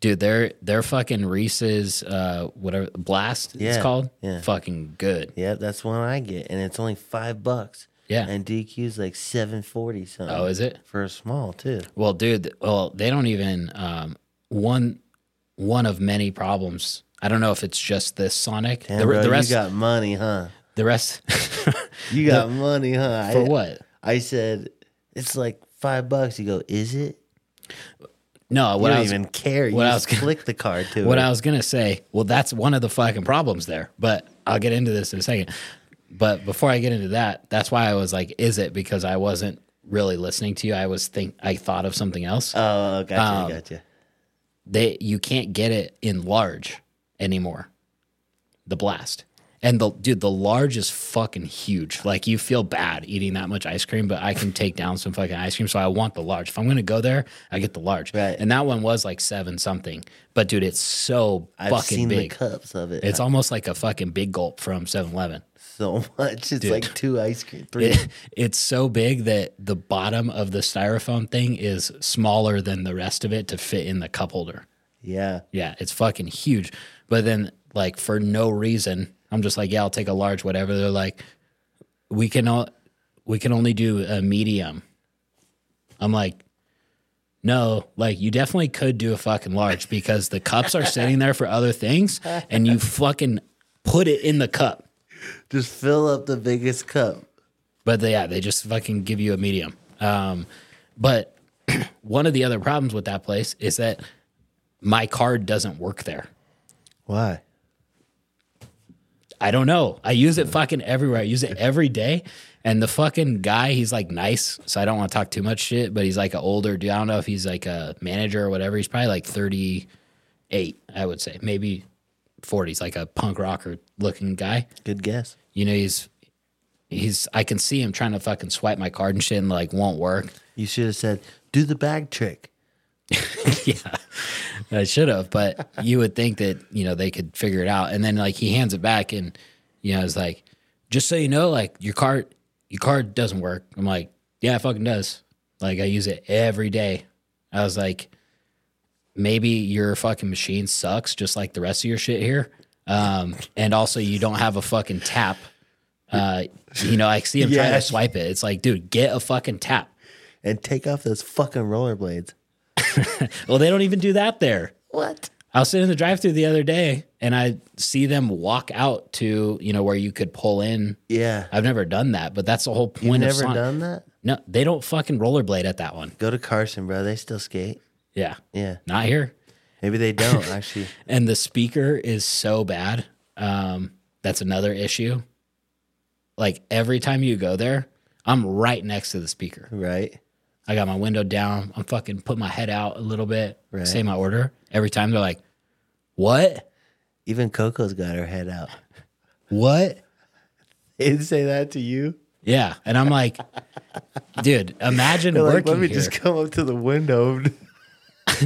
Speaker 2: Dude, their their fucking Reese's uh whatever blast it's
Speaker 3: Yeah,
Speaker 2: called,
Speaker 3: yeah.
Speaker 2: fucking good.
Speaker 3: Yep, that's one I get. And it's only five bucks.
Speaker 2: Yeah.
Speaker 3: And DQ's like seven forty something.
Speaker 2: Oh, is it?
Speaker 3: for a small too.
Speaker 2: Well, dude, th- well, they don't even um, one one of many problems. I don't know if it's just this Sonic.
Speaker 3: Damn,
Speaker 2: the,
Speaker 3: bro,
Speaker 2: the rest,
Speaker 3: you got money, huh?
Speaker 2: the rest,
Speaker 3: You got money, huh?
Speaker 2: for
Speaker 3: I,
Speaker 2: what?
Speaker 3: I said, it's like five bucks. You go, is it?
Speaker 2: No, what
Speaker 3: you
Speaker 2: I
Speaker 3: don't
Speaker 2: was
Speaker 3: even care. You
Speaker 2: what I
Speaker 3: just
Speaker 2: was-
Speaker 3: click the card to
Speaker 2: what
Speaker 3: it.
Speaker 2: I was gonna say. Well, that's one of the fucking problems there. But I'll get into this in a second. But before I get into that, that's why I was like, "Is it?" Because I wasn't really listening to you. I was think I thought of something else.
Speaker 3: oh,
Speaker 2: Um,
Speaker 3: gotcha, gotcha.
Speaker 2: they you can't get it in large anymore. The blast. And the dude, the large is fucking huge. Like you feel bad eating that much ice cream, but I can take down some fucking ice cream. So I want the large. If I'm gonna go there, I get the large.
Speaker 3: Right.
Speaker 2: And that one was like seven something. But dude, it's so
Speaker 3: I've
Speaker 2: fucking
Speaker 3: seen
Speaker 2: big.
Speaker 3: the cups of it.
Speaker 2: It's almost like a fucking big gulp from 7 Eleven.
Speaker 3: so much. It's
Speaker 2: Dude.
Speaker 3: like two ice cream, three.
Speaker 2: It, it's so big that the bottom of the styrofoam thing is smaller than the rest of it to fit in the cup holder.
Speaker 3: yeah,
Speaker 2: Yeah, it's fucking huge. But then, like, for no reason, I'm just like, yeah, I'll take a large, whatever. They're like, we can all, we can only do a medium. I'm like, no, like you definitely could do a fucking large because the cups are sitting there for other things, and you fucking put it in the cup.
Speaker 3: just fill up the biggest cup.
Speaker 2: But they, yeah, they just fucking give you a medium. Um, but one of the other problems with that place is that my card doesn't work there.
Speaker 3: Why?
Speaker 2: I don't know. I use it fucking everywhere. I use it every day. And the fucking guy, he's like nice. So I don't want to talk too much shit, but he's like an older dude. I don't know if he's like a manager or whatever. He's probably like 38, I would say, maybe 40s, like a punk rocker looking guy.
Speaker 3: Good guess.
Speaker 2: You know, he's, he's, I can see him trying to fucking swipe my card and shit and like won't work.
Speaker 3: You should have said, "Do the bag trick."
Speaker 2: yeah, I should have. But you would think that you know they could figure it out. And then like he hands it back, and you know it's like, just so you know, like your card, your card doesn't work. I'm like, yeah, it fucking does. Like I use it every day. I was like, maybe your fucking machine sucks, just like the rest of your shit here. Um, and also you don't have a fucking tap. Uh, you know, I see him trying to
Speaker 3: Yes.
Speaker 2: swipe it. It's like, dude, get a fucking tap.
Speaker 3: and take off those fucking rollerblades.
Speaker 2: Well, they don't even do that there.
Speaker 3: What?
Speaker 2: I was sitting in the drive-through the other day, and I see them walk out to you know where you could pull in.
Speaker 3: Yeah.
Speaker 2: I've never done that, but that's the whole
Speaker 3: You've
Speaker 2: point. of
Speaker 3: never
Speaker 2: Sonic.
Speaker 3: done that?
Speaker 2: No, they don't fucking rollerblade at that one.
Speaker 3: Go to Carson, bro. They still skate.
Speaker 2: Yeah,
Speaker 3: Yeah.
Speaker 2: not here.
Speaker 3: Maybe they don't actually.
Speaker 2: And the speaker is so bad. Um, that's another issue. Like every time you go there, I'm right next to the speaker.
Speaker 3: Right?
Speaker 2: I got my window down. I'm fucking put my head out a little bit.
Speaker 3: Right.
Speaker 2: Say my order every time. They're like, "What?
Speaker 3: Even Coco's got her head out.
Speaker 2: What?"
Speaker 3: They didn't say that to you.
Speaker 2: Yeah, and I'm like, dude, imagine
Speaker 3: They're like,
Speaker 2: working
Speaker 3: let me
Speaker 2: here.
Speaker 3: just come up to the window.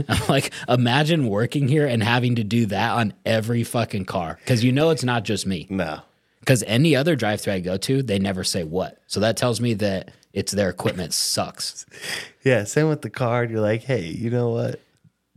Speaker 2: I'm like, imagine working here and having to do that on every fucking car because you know it's not just me.
Speaker 3: no.
Speaker 2: Because any other drive-through I go to, they never say what, so that tells me that it's their equipment sucks.
Speaker 3: Yeah. Same with the card. You're like, hey, you know what?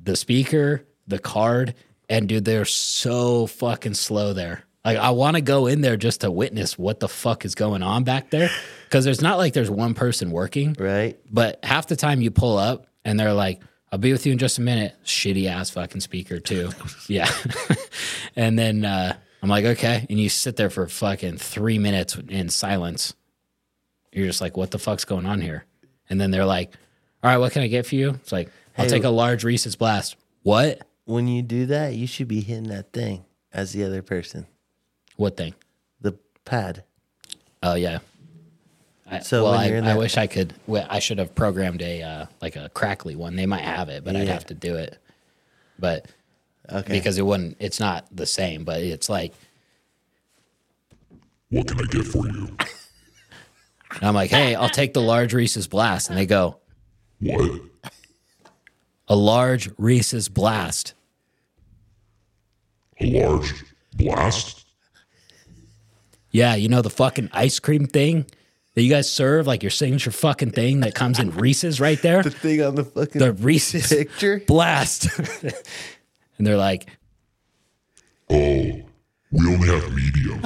Speaker 2: The speaker, the card, and dude, they're so fucking slow there. Like, I want to go in there just to witness what the fuck is going on back there because there's not like there's one person working.
Speaker 3: Right?
Speaker 2: But half the time you pull up and they're like, I'll be with you in just a minute. Shitty ass fucking speaker, too. yeah. and then uh, I'm like, okay. And you sit there for fucking three minutes in silence. You're just like, what the fuck's going on here? And then they're like, all right, what can I get for you? It's like, I'll
Speaker 3: Hey.
Speaker 2: take a large Reese's blast. What?
Speaker 3: When you do that, you should be hitting that thing as the other person,
Speaker 2: What thing?
Speaker 3: the pad.
Speaker 2: Oh, yeah. I,
Speaker 3: So
Speaker 2: well,
Speaker 3: when
Speaker 2: I,
Speaker 3: you're in
Speaker 2: I
Speaker 3: that-
Speaker 2: wish I could. Well, I should have programmed a uh, like a crackly one. They might have it, but I'd
Speaker 3: Yeah.
Speaker 2: have to do it. But
Speaker 3: Okay.
Speaker 2: because it wouldn't it's not the same but it's like
Speaker 1: What can I get for you?
Speaker 2: and i'm like hey i'll take the large reese's blast and they go
Speaker 1: What?
Speaker 2: a large reese's blast
Speaker 1: A large blast?
Speaker 2: yeah you know the fucking ice cream thing that you guys serve like your signature fucking thing that comes in reese's right there
Speaker 3: the thing on the fucking
Speaker 2: the reese's
Speaker 3: picture?
Speaker 2: blast and they're like
Speaker 1: Oh, we only have medium.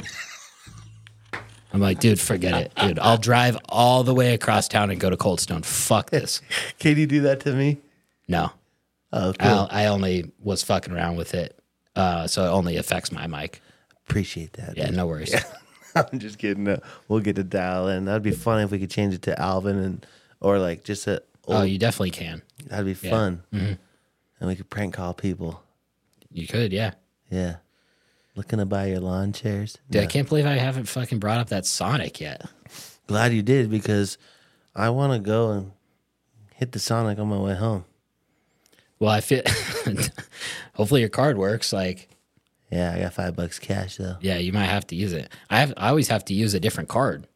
Speaker 2: i'm like dude forget it dude i'll drive all the way across town and go to cold stone fuck this
Speaker 3: Can you do that to me?
Speaker 2: no
Speaker 3: Oh, cool.
Speaker 2: I'll, i only was fucking around with it uh, so it only affects my mic
Speaker 3: Appreciate that.
Speaker 2: yeah no worries
Speaker 3: I'm just kidding. No, we'll get to dial in. That'd be fun if we could change it to Alvin and or like just a old.
Speaker 2: Oh, Mm-hmm. you definitely can.
Speaker 3: that'd be fun. And we could prank call people.
Speaker 2: You could, yeah.
Speaker 3: Yeah, looking to buy your lawn chairs.
Speaker 2: Dude, I
Speaker 3: No.
Speaker 2: can't believe I haven't fucking brought up that Sonic yet.
Speaker 3: Glad you did because I want to go and hit the Sonic on my way home.
Speaker 2: Well, I feel. Hopefully, your card works. Like,
Speaker 3: Yeah, I got five bucks cash though.
Speaker 2: Yeah, you might have to use it. I have I always have to use a different card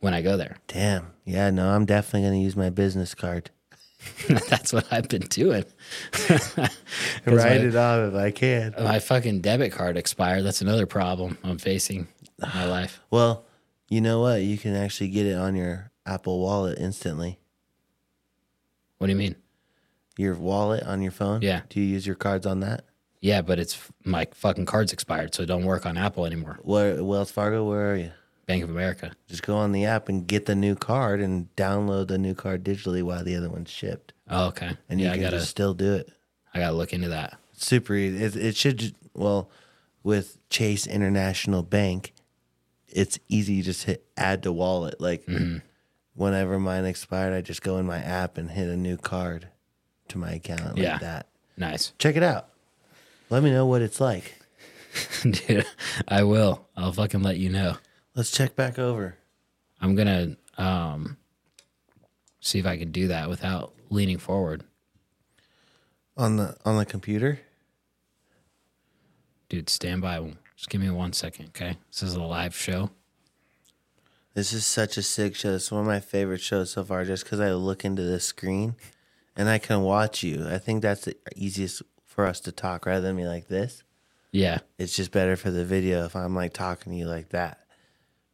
Speaker 2: when I go there.
Speaker 3: Damn. Yeah, no, I'm definitely gonna use my business card.
Speaker 2: That's what I've been doing. 'Cause
Speaker 3: Write
Speaker 2: my-
Speaker 3: it off if I Uh, can.
Speaker 2: my fucking debit card expired. That's another problem I'm facing in my life.
Speaker 3: Well, you know what? You can actually get it on your Apple Wallet instantly.
Speaker 2: What do you mean?
Speaker 3: Your wallet on your phone.
Speaker 2: Yeah.
Speaker 3: Do you use your cards on that?
Speaker 2: Yeah, but it's my fucking card's expired, so it don't work on Apple anymore.
Speaker 3: Where Wells Fargo? Where are you?
Speaker 2: Bank of America.
Speaker 3: Just go on the app and get the new card and download the new card digitally while the other one's shipped,
Speaker 2: Oh, okay.
Speaker 3: and
Speaker 2: yeah,
Speaker 3: you
Speaker 2: I
Speaker 3: can
Speaker 2: gotta
Speaker 3: just still do it.
Speaker 2: I gotta look into that.
Speaker 3: super easy. It, it should ju- well with Chase International Bank, it's easy. You just hit add to wallet. Like whenever mine expired, I just go in my app and hit a new card to my account like
Speaker 2: Yeah.
Speaker 3: that.
Speaker 2: Nice,
Speaker 3: Check it out. Let me know what it's like.
Speaker 2: dude. I will. I'll fucking let you know.
Speaker 3: Let's check back over.
Speaker 2: I'm gonna um see if I can do that without leaning forward,
Speaker 3: On the on the computer?
Speaker 2: dude. Stand by. Just give me one second, okay? This is a live show.
Speaker 3: This is such a sick show. It's one of my favorite shows so far just because I look into this screen and I can watch you. I think that's the easiest for us to talk rather than me like this.
Speaker 2: Yeah,
Speaker 3: it's just better for the video if I'm like talking to you like that.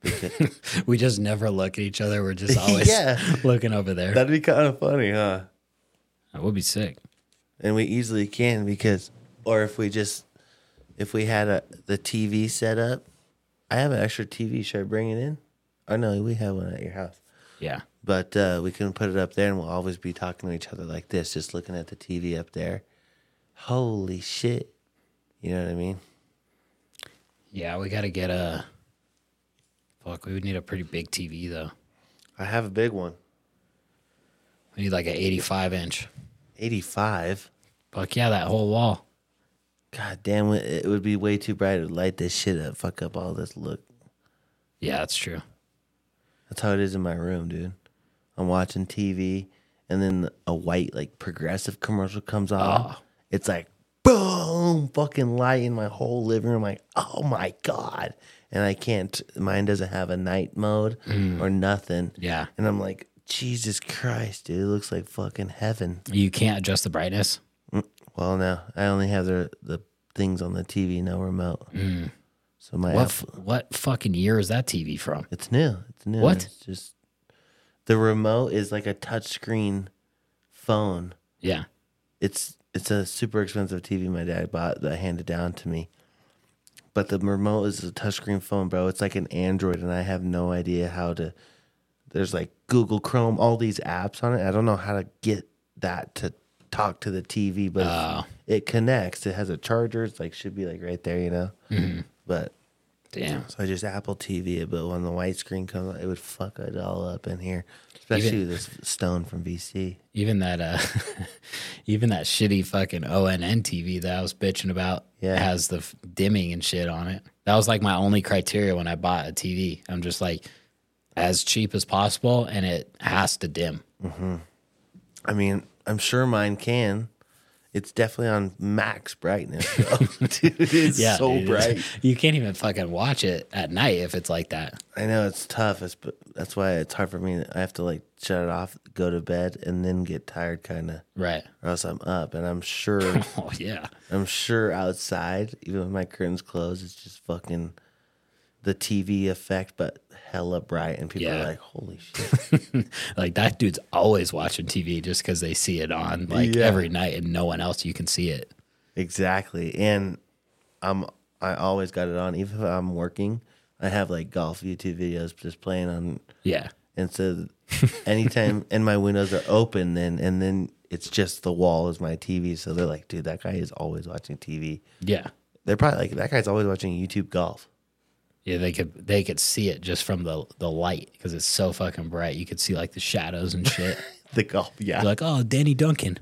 Speaker 3: Because
Speaker 2: we just never look at each other. We're just always
Speaker 3: Yeah.
Speaker 2: looking over there.
Speaker 3: that'd be kind of funny, huh?
Speaker 2: that would be sick.
Speaker 3: And we easily can because, or if we just, if we had a the TV set up, I have an extra TV. Should I bring it in? Or no, we have one at your house.
Speaker 2: Yeah,
Speaker 3: But uh, we can put it up there, and we'll always be talking to each other like this, just looking at the TV up there. Holy shit! You know what I mean?
Speaker 2: yeah. We gotta get a. Fuck, we would need a pretty big TV though.
Speaker 3: I have a big one,
Speaker 2: We need like an 85 inch.
Speaker 3: eighty-five.
Speaker 2: Fuck yeah, that whole wall.
Speaker 3: God damn it! It would be way too bright. It would light this shit up, fuck up all this look.
Speaker 2: Yeah, that's true.
Speaker 3: That's how it is in my room, dude. I'm watching TV, and then a white like progressive commercial comes on.
Speaker 2: Ah.
Speaker 3: It's like boom, fucking light in my whole living room. Like, oh my god! And I can't. Mine doesn't have a night mode or nothing.
Speaker 2: Mm. Yeah,
Speaker 3: And I'm like, Jesus Christ, dude! It looks like fucking heaven.
Speaker 2: you can't adjust the brightness.
Speaker 3: Well, no, I only have the the things on the TV, no remote. So my
Speaker 2: Mm. What
Speaker 3: Apple-
Speaker 2: f- what fucking year is that TV from?
Speaker 3: It's new. It's new.
Speaker 2: What?
Speaker 3: It's just the remote is like a touchscreen phone.
Speaker 2: Yeah,
Speaker 3: It's it's a super expensive TV my dad bought that handed down to me. But the remote is a touchscreen phone, bro. It's like an Android, and I have no idea how to. There's like Google Chrome, all these apps on it. I don't know how to get that to talk to the TV, but
Speaker 2: Oh.
Speaker 3: it connects. It has a charger. It's like should be like right there, you know.
Speaker 2: Mm-hmm.
Speaker 3: But
Speaker 2: damn.
Speaker 3: so I just Apple TV it, but when the white screen comes out, it would fuck it all up in here, especially with this stone from VC.
Speaker 2: Even that uh, even that shitty fucking ONN TV that I was bitching about
Speaker 3: Yeah.
Speaker 2: has the f- dimming and shit on it. That was like my only criteria when I bought a TV. I'm just like, as cheap as possible, and it has to dim.
Speaker 3: I mean, I'm sure mine can. It's definitely on max brightness, though. dude, it is so
Speaker 2: dude, it's-
Speaker 3: bright.
Speaker 2: You can't even fucking watch it at night if it's like that.
Speaker 3: I know it's tough. It's, but that's why it's hard for me. I have to like shut it off, go to bed, and then get tired, kind of,
Speaker 2: Right.
Speaker 3: or else I'm up. And I'm sure,
Speaker 2: Oh yeah.
Speaker 3: I'm sure outside, even with my curtains closed, it's just fucking the TV effect, but hella bright. And people
Speaker 2: Yeah.
Speaker 3: are like, holy shit.
Speaker 2: like that dude's always watching TV just because they see it on like
Speaker 3: Yeah.
Speaker 2: every night and no one else you can see it.
Speaker 3: Exactly. And I'm I always got it on. Even if I'm working, I have like golf YouTube videos just playing on
Speaker 2: Yeah.
Speaker 3: and so anytime and my windows are open then and then it's just the wall is my TV. So they're like, dude, that guy is always watching TV.
Speaker 2: Yeah.
Speaker 3: They're probably like that guy's always watching YouTube golf.
Speaker 2: Yeah, they could they could see it just from the the light because it's so fucking bright. You could see like the shadows and shit.
Speaker 3: The golf, yeah.
Speaker 2: You're like, oh, Danny Duncan.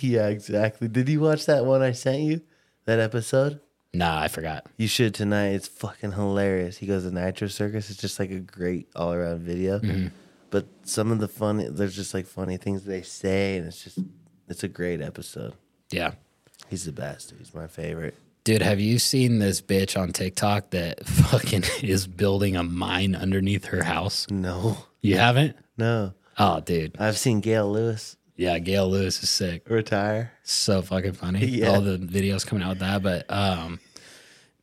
Speaker 3: yeah, exactly. Did you watch that one I sent you? That episode?
Speaker 2: Nah, I forgot.
Speaker 3: You should tonight. It's fucking hilarious. He goes to Nitro Circus. It's just like a great all around video.
Speaker 2: Mm-hmm.
Speaker 3: But some of the funny, there's just like funny things they say, and it's just, it's a great episode.
Speaker 2: Yeah,
Speaker 3: He's the best. He's my favorite.
Speaker 2: Dude, have you seen this bitch on TikTok that fucking is building a mine underneath her house?
Speaker 3: No,
Speaker 2: You haven't?
Speaker 3: no.
Speaker 2: Oh, dude.
Speaker 3: I've seen Gail Lewis
Speaker 2: Yeah, Gail Lewis is sick.
Speaker 3: retire.
Speaker 2: so fucking funny.
Speaker 3: Yeah.
Speaker 2: All the videos coming out with that, but um,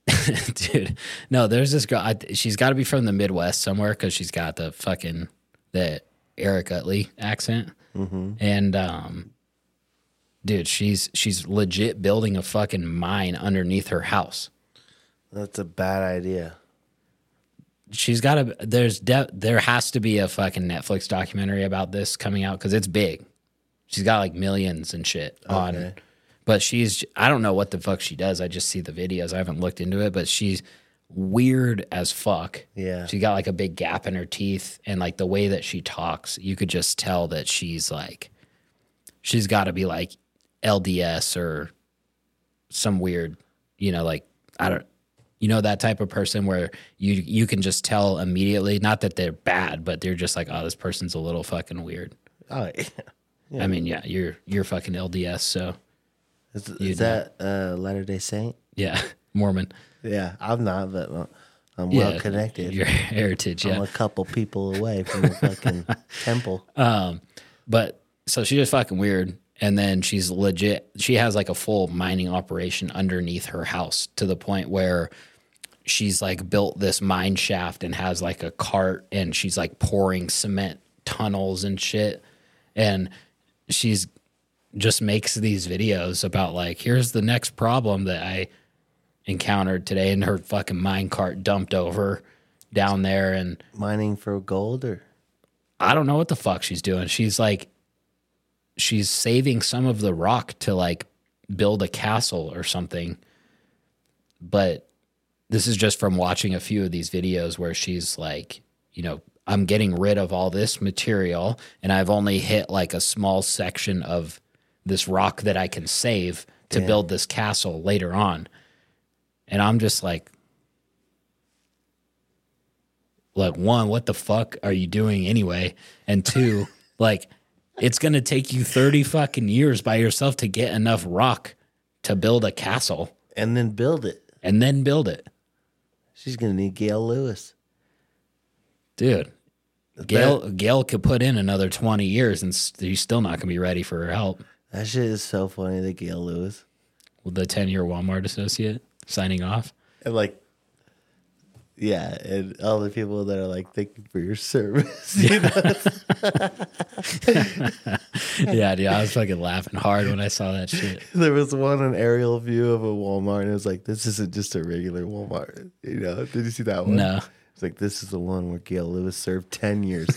Speaker 2: dude, no, there's this girl. I, she's got to be from the Midwest somewhere because she's got the fucking the Eric Utley accent, and um, dude, she's she's legit building a fucking mine underneath her house.
Speaker 3: That's a bad idea.
Speaker 2: She's got to. There's de- there has to be a fucking Netflix documentary about this coming out because it's big. She's got like millions and shit on
Speaker 3: Okay.
Speaker 2: but she's I don't know what the fuck she does. I just see the videos. I haven't looked into it, but she's weird as fuck.
Speaker 3: Yeah.
Speaker 2: She got like a big gap in her teeth and like the way that she talks, you could just tell that she's like she's got to be like LDS or some weird, you know, like I don't you know that type of person where you you can just tell immediately not that they're bad, but they're just like oh this person's a little fucking weird.
Speaker 3: Oh, yeah.
Speaker 2: I mean, yeah, you're you're fucking LDS, so
Speaker 3: Is, is
Speaker 2: You'd
Speaker 3: that uh, Latter Day Saint?
Speaker 2: yeah, Mormon.
Speaker 3: Yeah, I'm not, but uh, I'm
Speaker 2: Yeah,
Speaker 3: well connected.
Speaker 2: Your heritage,
Speaker 3: I'm
Speaker 2: yeah.
Speaker 3: a couple people away from the fucking temple.
Speaker 2: But so she's just fucking weird. And then she's legit. She has like a full mining operation underneath her house to the point where she's like built this mine shaft and has like a cart and she's like pouring cement tunnels and shit. And she's just makes these videos about like, here's the next problem that I encountered today. And her fucking mine cart dumped over down there. And
Speaker 3: Mining for gold or
Speaker 2: I don't know what the fuck she's doing. She's like, she's saving some of the rock to like build a castle or something. But this is just from watching a few of these videos where she's like, you know, I'm getting rid of all this material and I've only hit like a small section of this rock that I can save to build this castle later on. And I'm just like, like one what the fuck are you doing anyway and two like it's going to take you 30 fucking years by yourself to get enough rock to build a castle
Speaker 3: and then build it.
Speaker 2: and then build it
Speaker 3: She's gonna need Gail Lewis.
Speaker 2: dude gail gail could put in another 20 years and s- he's still not going to be ready for her help
Speaker 3: That shit is so funny. The Gail Lewis
Speaker 2: with the 10 year walmart associate signing off
Speaker 3: and like, yeah, and all the people that are like, thank you for your service. You know?
Speaker 2: yeah dude i was fucking laughing hard when i saw that shit
Speaker 3: there was one an aerial view of a Walmart, and it was like, this isn't just a regular Walmart. You know? Did you see that one?
Speaker 2: no
Speaker 3: It's like this is the one where Gail Lewis served ten years.